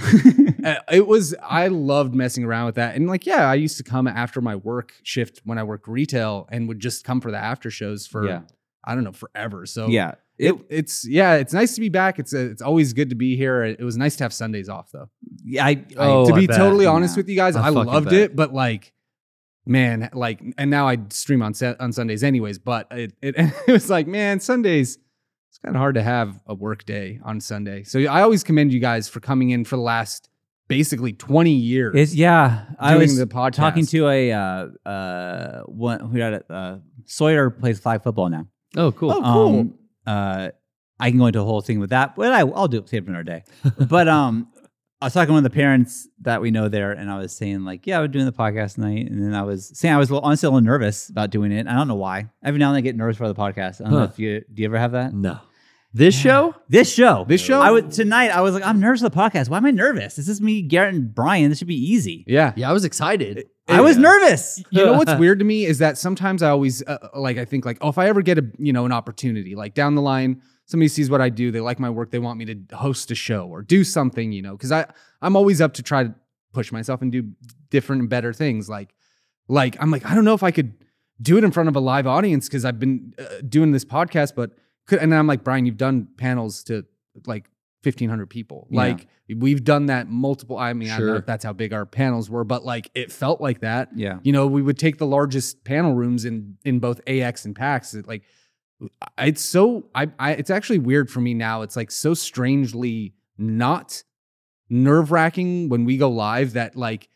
C: Uh, it was I loved messing around with that, and like yeah, I used to come after my work shift when I worked retail, and would just come for the after shows for
B: Yeah.
C: I don't know forever. So
B: yeah.
A: Oh.
C: It, it's yeah, it's nice to be back. It's uh, it's always good to be here. It was nice to have Sundays off though.
B: Yeah, I,
A: I- Oh,
C: to be
A: bet.
C: totally honest
B: Yeah.
C: with you guys,
A: I
C: I,
A: fucking
C: loved
A: bet.
C: it, but like, man, like, and now I stream on set on Sundays anyways. But it it, it was like, man, Sundays. It's kind of hard to have a work day on Sunday. So I always commend you guys for coming in for the last basically twenty years.
B: it's, yeah. I
C: doing
B: was
C: the podcast.
B: talking to a uh, uh, one who got a, uh, Sawyer plays flag football now.
A: Oh, cool.
C: Oh, cool.
B: Um, uh, I can go into a whole thing with that, but I, I'll do it save it for another day. but um, I was talking to one of the parents that we know there, and I was saying like, yeah, I was doing the podcast tonight, and then I was saying I was a little, honestly a little nervous about doing it. I don't know why. Every now and then I get nervous for the podcast. I don't know
A: Huh.
B: if you do you ever have that?
A: No. This show?
B: This show,
C: This show?
B: I was tonight. I was like, I'm nervous for the podcast. Why am I nervous? This is me, Garrett, and Brian. This should be easy.
C: yeah.
A: Yeah, I was excited.
B: I was nervous.
C: You know what's weird to me is that sometimes I always uh, like I think like oh if I ever get a you know an opportunity like down the line somebody sees what I do they like my work they want me to host a show or do something you know because I I'm always up to try to push myself and do different and better things like like I'm like I don't know if I could do it in front of a live audience because I've been uh, doing this podcast but could and I'm like Brian you've done panels to like 1500 people
B: Yeah.
C: like we've done that multiple I mean I don't know
A: Sure.
C: if that's how big our panels were but like it felt like that
B: Yeah.
C: you know, we would take the largest panel rooms in in both AX and PAX. It, like, I- it's so I, I it's actually weird for me now. It's like so strangely not nerve wracking when we go live that like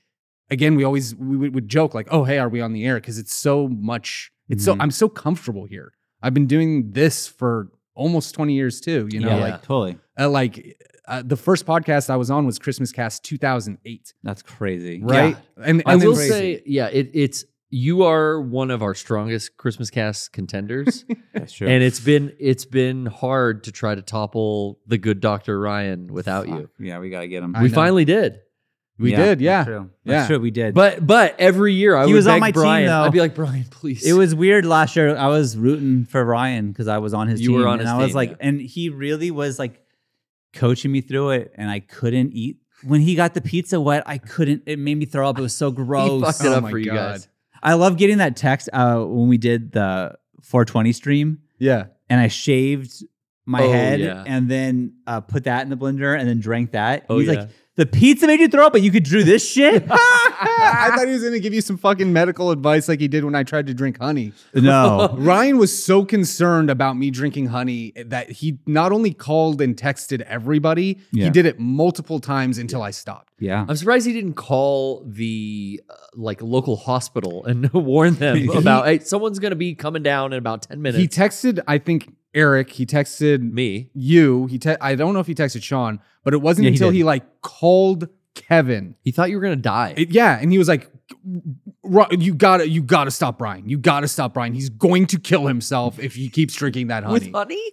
C: again we always we would, would joke like oh hey are we on the air because it's so much it's
B: Mhm.
A: Mm-hmm.
C: so I'm so comfortable here. I've been doing this for almost 20 years too. You know,
A: Yeah.
C: like
B: totally.
C: uh, like. Uh, the first podcast I was on was Christmas Cast 2008,
B: That's crazy.
C: right? And, and
A: I
C: then-
A: will say, yeah, it, it's you are one of our strongest Christmas cast contenders,
B: That's true.
A: and it's been it's been hard to try to topple the good Doctor Ryan without you.
B: Yeah, we gotta get him.
C: I
A: we
C: know.
A: finally did,
C: we did, yeah.
B: That's true.
C: Yeah.
B: That's true. We did.
A: but but every year I
B: He
A: would
B: was on
A: beg
B: my team,
A: Brian.
B: though.
A: I'd be like Brian, please.
B: It was weird last year. I was rooting for Ryan because I was on his
A: You
B: team.
A: were on
B: and
A: his
B: I was
A: team,
B: like,
A: yeah.
B: and he really was like coaching me through it, and I couldn't eat. When he got the pizza wet, I couldn't. It made me throw up. It was so
A: he
B: gross.
A: fucked it
C: Oh
A: up
C: my
A: for you
C: God.
A: guys.
B: I love getting that text uh, when we did the 420 stream,
C: yeah.
B: and I shaved my
A: Oh,
B: head
A: yeah.
B: and then uh, put that in the blender and then drank that.
A: Oh,
B: He's
A: yeah.
B: like, the pizza made you throw up, but you could do this shit.
C: I thought he was going to give you some fucking medical advice like he did when I tried to drink honey.
A: Oh.
B: no.
C: Ryan was so concerned about me drinking honey that he not only called and texted everybody,
B: Yeah.
C: he did it multiple times until I stopped.
B: Yeah.
A: I'm surprised he didn't call the uh, like local hospital and warn them about hey, someone's going to be coming down in about ten minutes.
C: He texted, I think, Eric, he texted
A: me.
C: you. He te- I don't know if he texted Sean, but it wasn't
B: Yeah, he
C: until
B: did.
C: he like called Kevin
A: He thought you were going to die.
C: It- yeah, and he was like, "Ru- "You gotta, you gotta stop Brian. You gotta stop Brian. He's going to kill himself if he keeps drinking that honey."
A: With honey?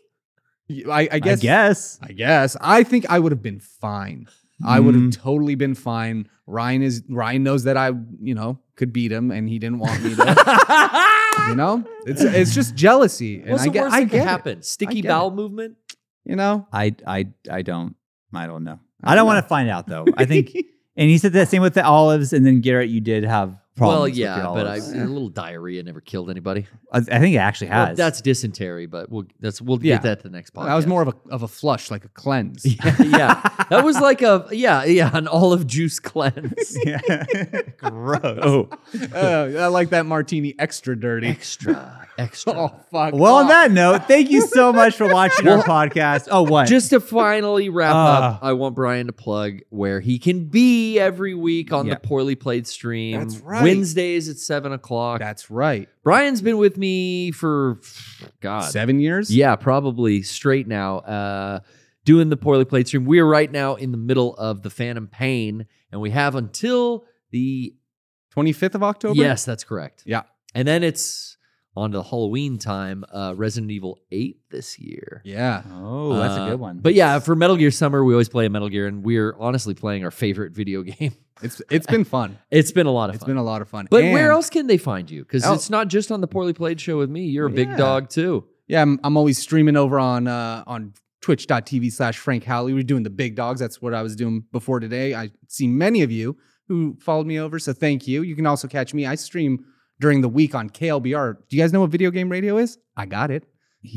C: I, I guess.
B: I guess.
C: I guess. I think I would have been fine. I would
B: Mm.
C: have totally been fine. Ryan is Ryan knows that I, you know, could beat him, and he didn't want me to. you know, it's it's just jealousy, and
A: What's
C: I
A: the
C: get,
A: worst
C: I
A: that could
C: get it.
A: happen? Sticky
C: get
A: bowel movement?
C: You know,
B: I I I don't I don't know.
C: I
B: I don't
C: don't
B: want to find out though. I think and he said that same with the olives and then Garrett you did have problems.
A: Well,
B: with the
A: yeah, but I,
B: olives.
A: a little diarrhea never killed anybody.
B: I I think it actually
A: Well,
B: has.
A: that's dysentery, but we'll that's we'll
C: Yeah.
A: get that to the next podcast.
C: that was more of a of a flush, like a cleanse.
A: yeah, yeah. That was like a yeah, yeah, an olive juice cleanse.
B: gross. Oh.
C: Oh, I like that martini extra dirty.
A: extra, extra.
C: Oh fuck.
B: Well, on
C: off.
B: that note, thank you so much for watching our podcast. Oh, what?
A: Just to finally wrap
B: Ah.
A: up, I want Brian to plug where he can be every week on
B: Yeah.
A: the poorly played stream.
C: That's right.
A: Wednesdays at seven o'clock.
C: That's right.
A: Brian's been with me for God
C: Seven years?
A: Yeah, probably straight now. Uh, doing the poorly played stream. We are right now in the middle of the Phantom Pain, and we have until the
C: 25th of October?
A: Yes, that's correct.
C: Yeah.
A: And then it's on to Halloween time, uh, Resident Evil 8 this year.
C: Yeah.
B: Oh, that's a
A: Uh,
B: good one.
A: But yeah, for Metal Gear Summer, we always play a Metal Gear, and we're honestly playing our favorite video game.
C: It's it's been fun.
A: It's been a lot of
C: It's
A: fun.
C: been a lot of fun.
A: but
C: And-
A: where else can they find you? Because
C: Oh.
A: it's not just on the poorly played show with me. You're a big
C: Yeah.
A: dog too.
C: Yeah, I'm, I'm always streaming over on uh, on twitch.tv slash Frank Howley. We're doing the big dogs. That's what I was doing before today. I see many of you who followed me over, so thank you. You can also catch me. I stream during the week on KLBR. Do you guys know what video game radio is? I got it.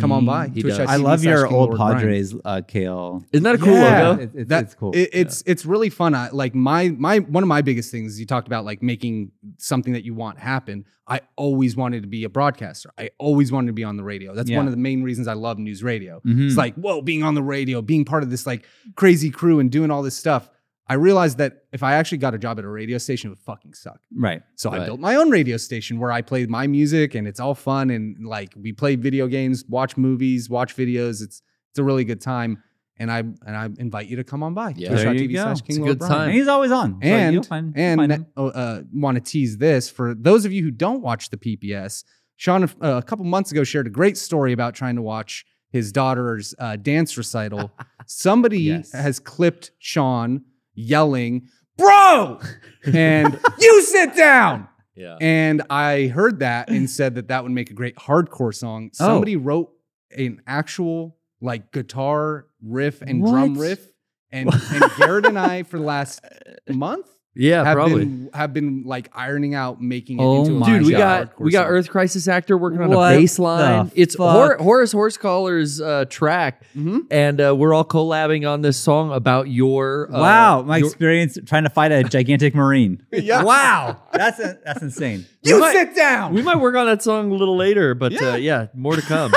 C: Come on by.
A: he does.
C: twitch.tv
B: I love
C: slash
B: your
C: King
B: old
C: Lord Brian.
B: Padres, uh, Kale.
A: Isn't that a cool
C: Yeah.
A: logo?
B: It's, it's,
C: That-
B: it's cool.
C: It, it's it's really fun. I, like my my one of my biggest things is you talked about like making something that you want happen. I always wanted to be a broadcaster. I always wanted to be on the radio. That's
B: Yeah.
C: one of the main reasons I love news radio.
B: Yeah. Mhm.
C: It's like, whoa, being on the radio, being part of this like crazy crew and doing all this stuff. I realized that if I actually got a job at a radio station, it would fucking suck.
B: Mm-hmm. right.
C: So
A: Right.
C: I built my own radio station where I played my music and it's all fun and like we play video games, watch movies, watch videos. It's it's a really good time. And I and I invite you to come on by.
A: Yeah.
B: There you
C: Twitch.tv
B: go.
C: slash
B: It's
A: a
C: King
A: good
C: Lord Brian.
A: time.
B: And he's always on. So
C: And-
B: you'll find, you'll
C: And
B: find
C: ne-
B: him.
C: oh, uh, want to tease this for those of you who don't watch the PPS. Sean, uh, a couple months ago, shared a great story about trying to watch his daughter's uh, dance recital. Somebody
B: Yes.
C: has clipped Sean yelling, "Bro!" and you sit down.
A: Yeah.
C: And I heard that and said that that would make a great hardcore song.
B: Oh.
C: Somebody wrote an actual like guitar riff and drum
B: What?
C: riff. And, and Garrett and I, for the last month,
A: Yeah,
C: have
A: probably.
C: been have been like ironing out making it
A: Oh
C: into a
A: my dude, we
C: hardcore
A: got we got
C: song.
A: Earth Crisis actor working on
B: What
A: a bass line.
B: the
A: It's
B: fuck?
A: Hor- Horace Horsecaller's uh, track,
C: Mhm.
A: and uh, we're all collabing on this song about your uh,
B: wow, my
A: your-
B: experience trying to fight a gigantic marine.
C: Yeah.
B: Wow, that's a, that's insane.
C: You
A: might-
C: sit down.
A: we might work on that song a little later, but yeah, uh, yeah more to come.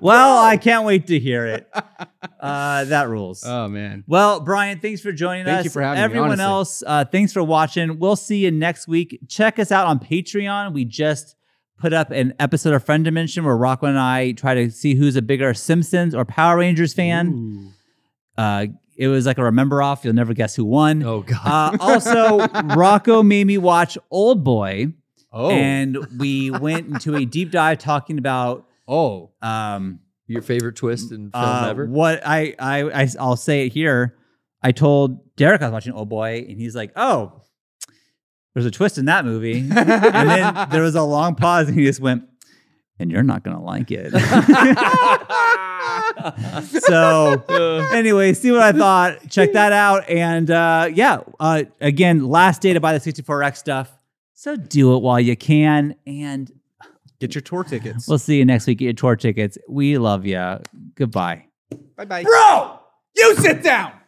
B: Well, I can't wait to hear it. Uh, that rules.
C: oh man.
B: well, Brian, thanks for joining us.
C: Thank you for having me,
B: Everyone
C: honestly.
B: else, uh, thanks for watching. We'll see you next week. Check us out on Patreon. We just put up an episode of Friend Dimension where Rockwell and I try to see who's a bigger Simpsons or Power Rangers fan. Uh, it was like a remember off. You'll never guess who won.
A: Oh God,
B: Uh, also, Rocco made me watch Old Boy,
C: Oh.
B: and we went into a deep dive talking about
C: oh.
B: um,
A: your favorite twist in film
B: uh,
A: ever?
B: what I, I I I'll say it here. I told Derek I was watching Old Boy, and he's like, "Oh, there's a twist in that movie." and then there was a long pause, and he just went, "And you're not gonna like it." so anyway, see what I thought. Check that out. And uh, yeah, uh, again, last day to buy the 64X stuff. So do it while you can. And
C: Get your tour tickets.
B: we'll see you next week at your tour tickets. We love you. Goodbye.
C: Bye bye.
B: Bro, you sit down.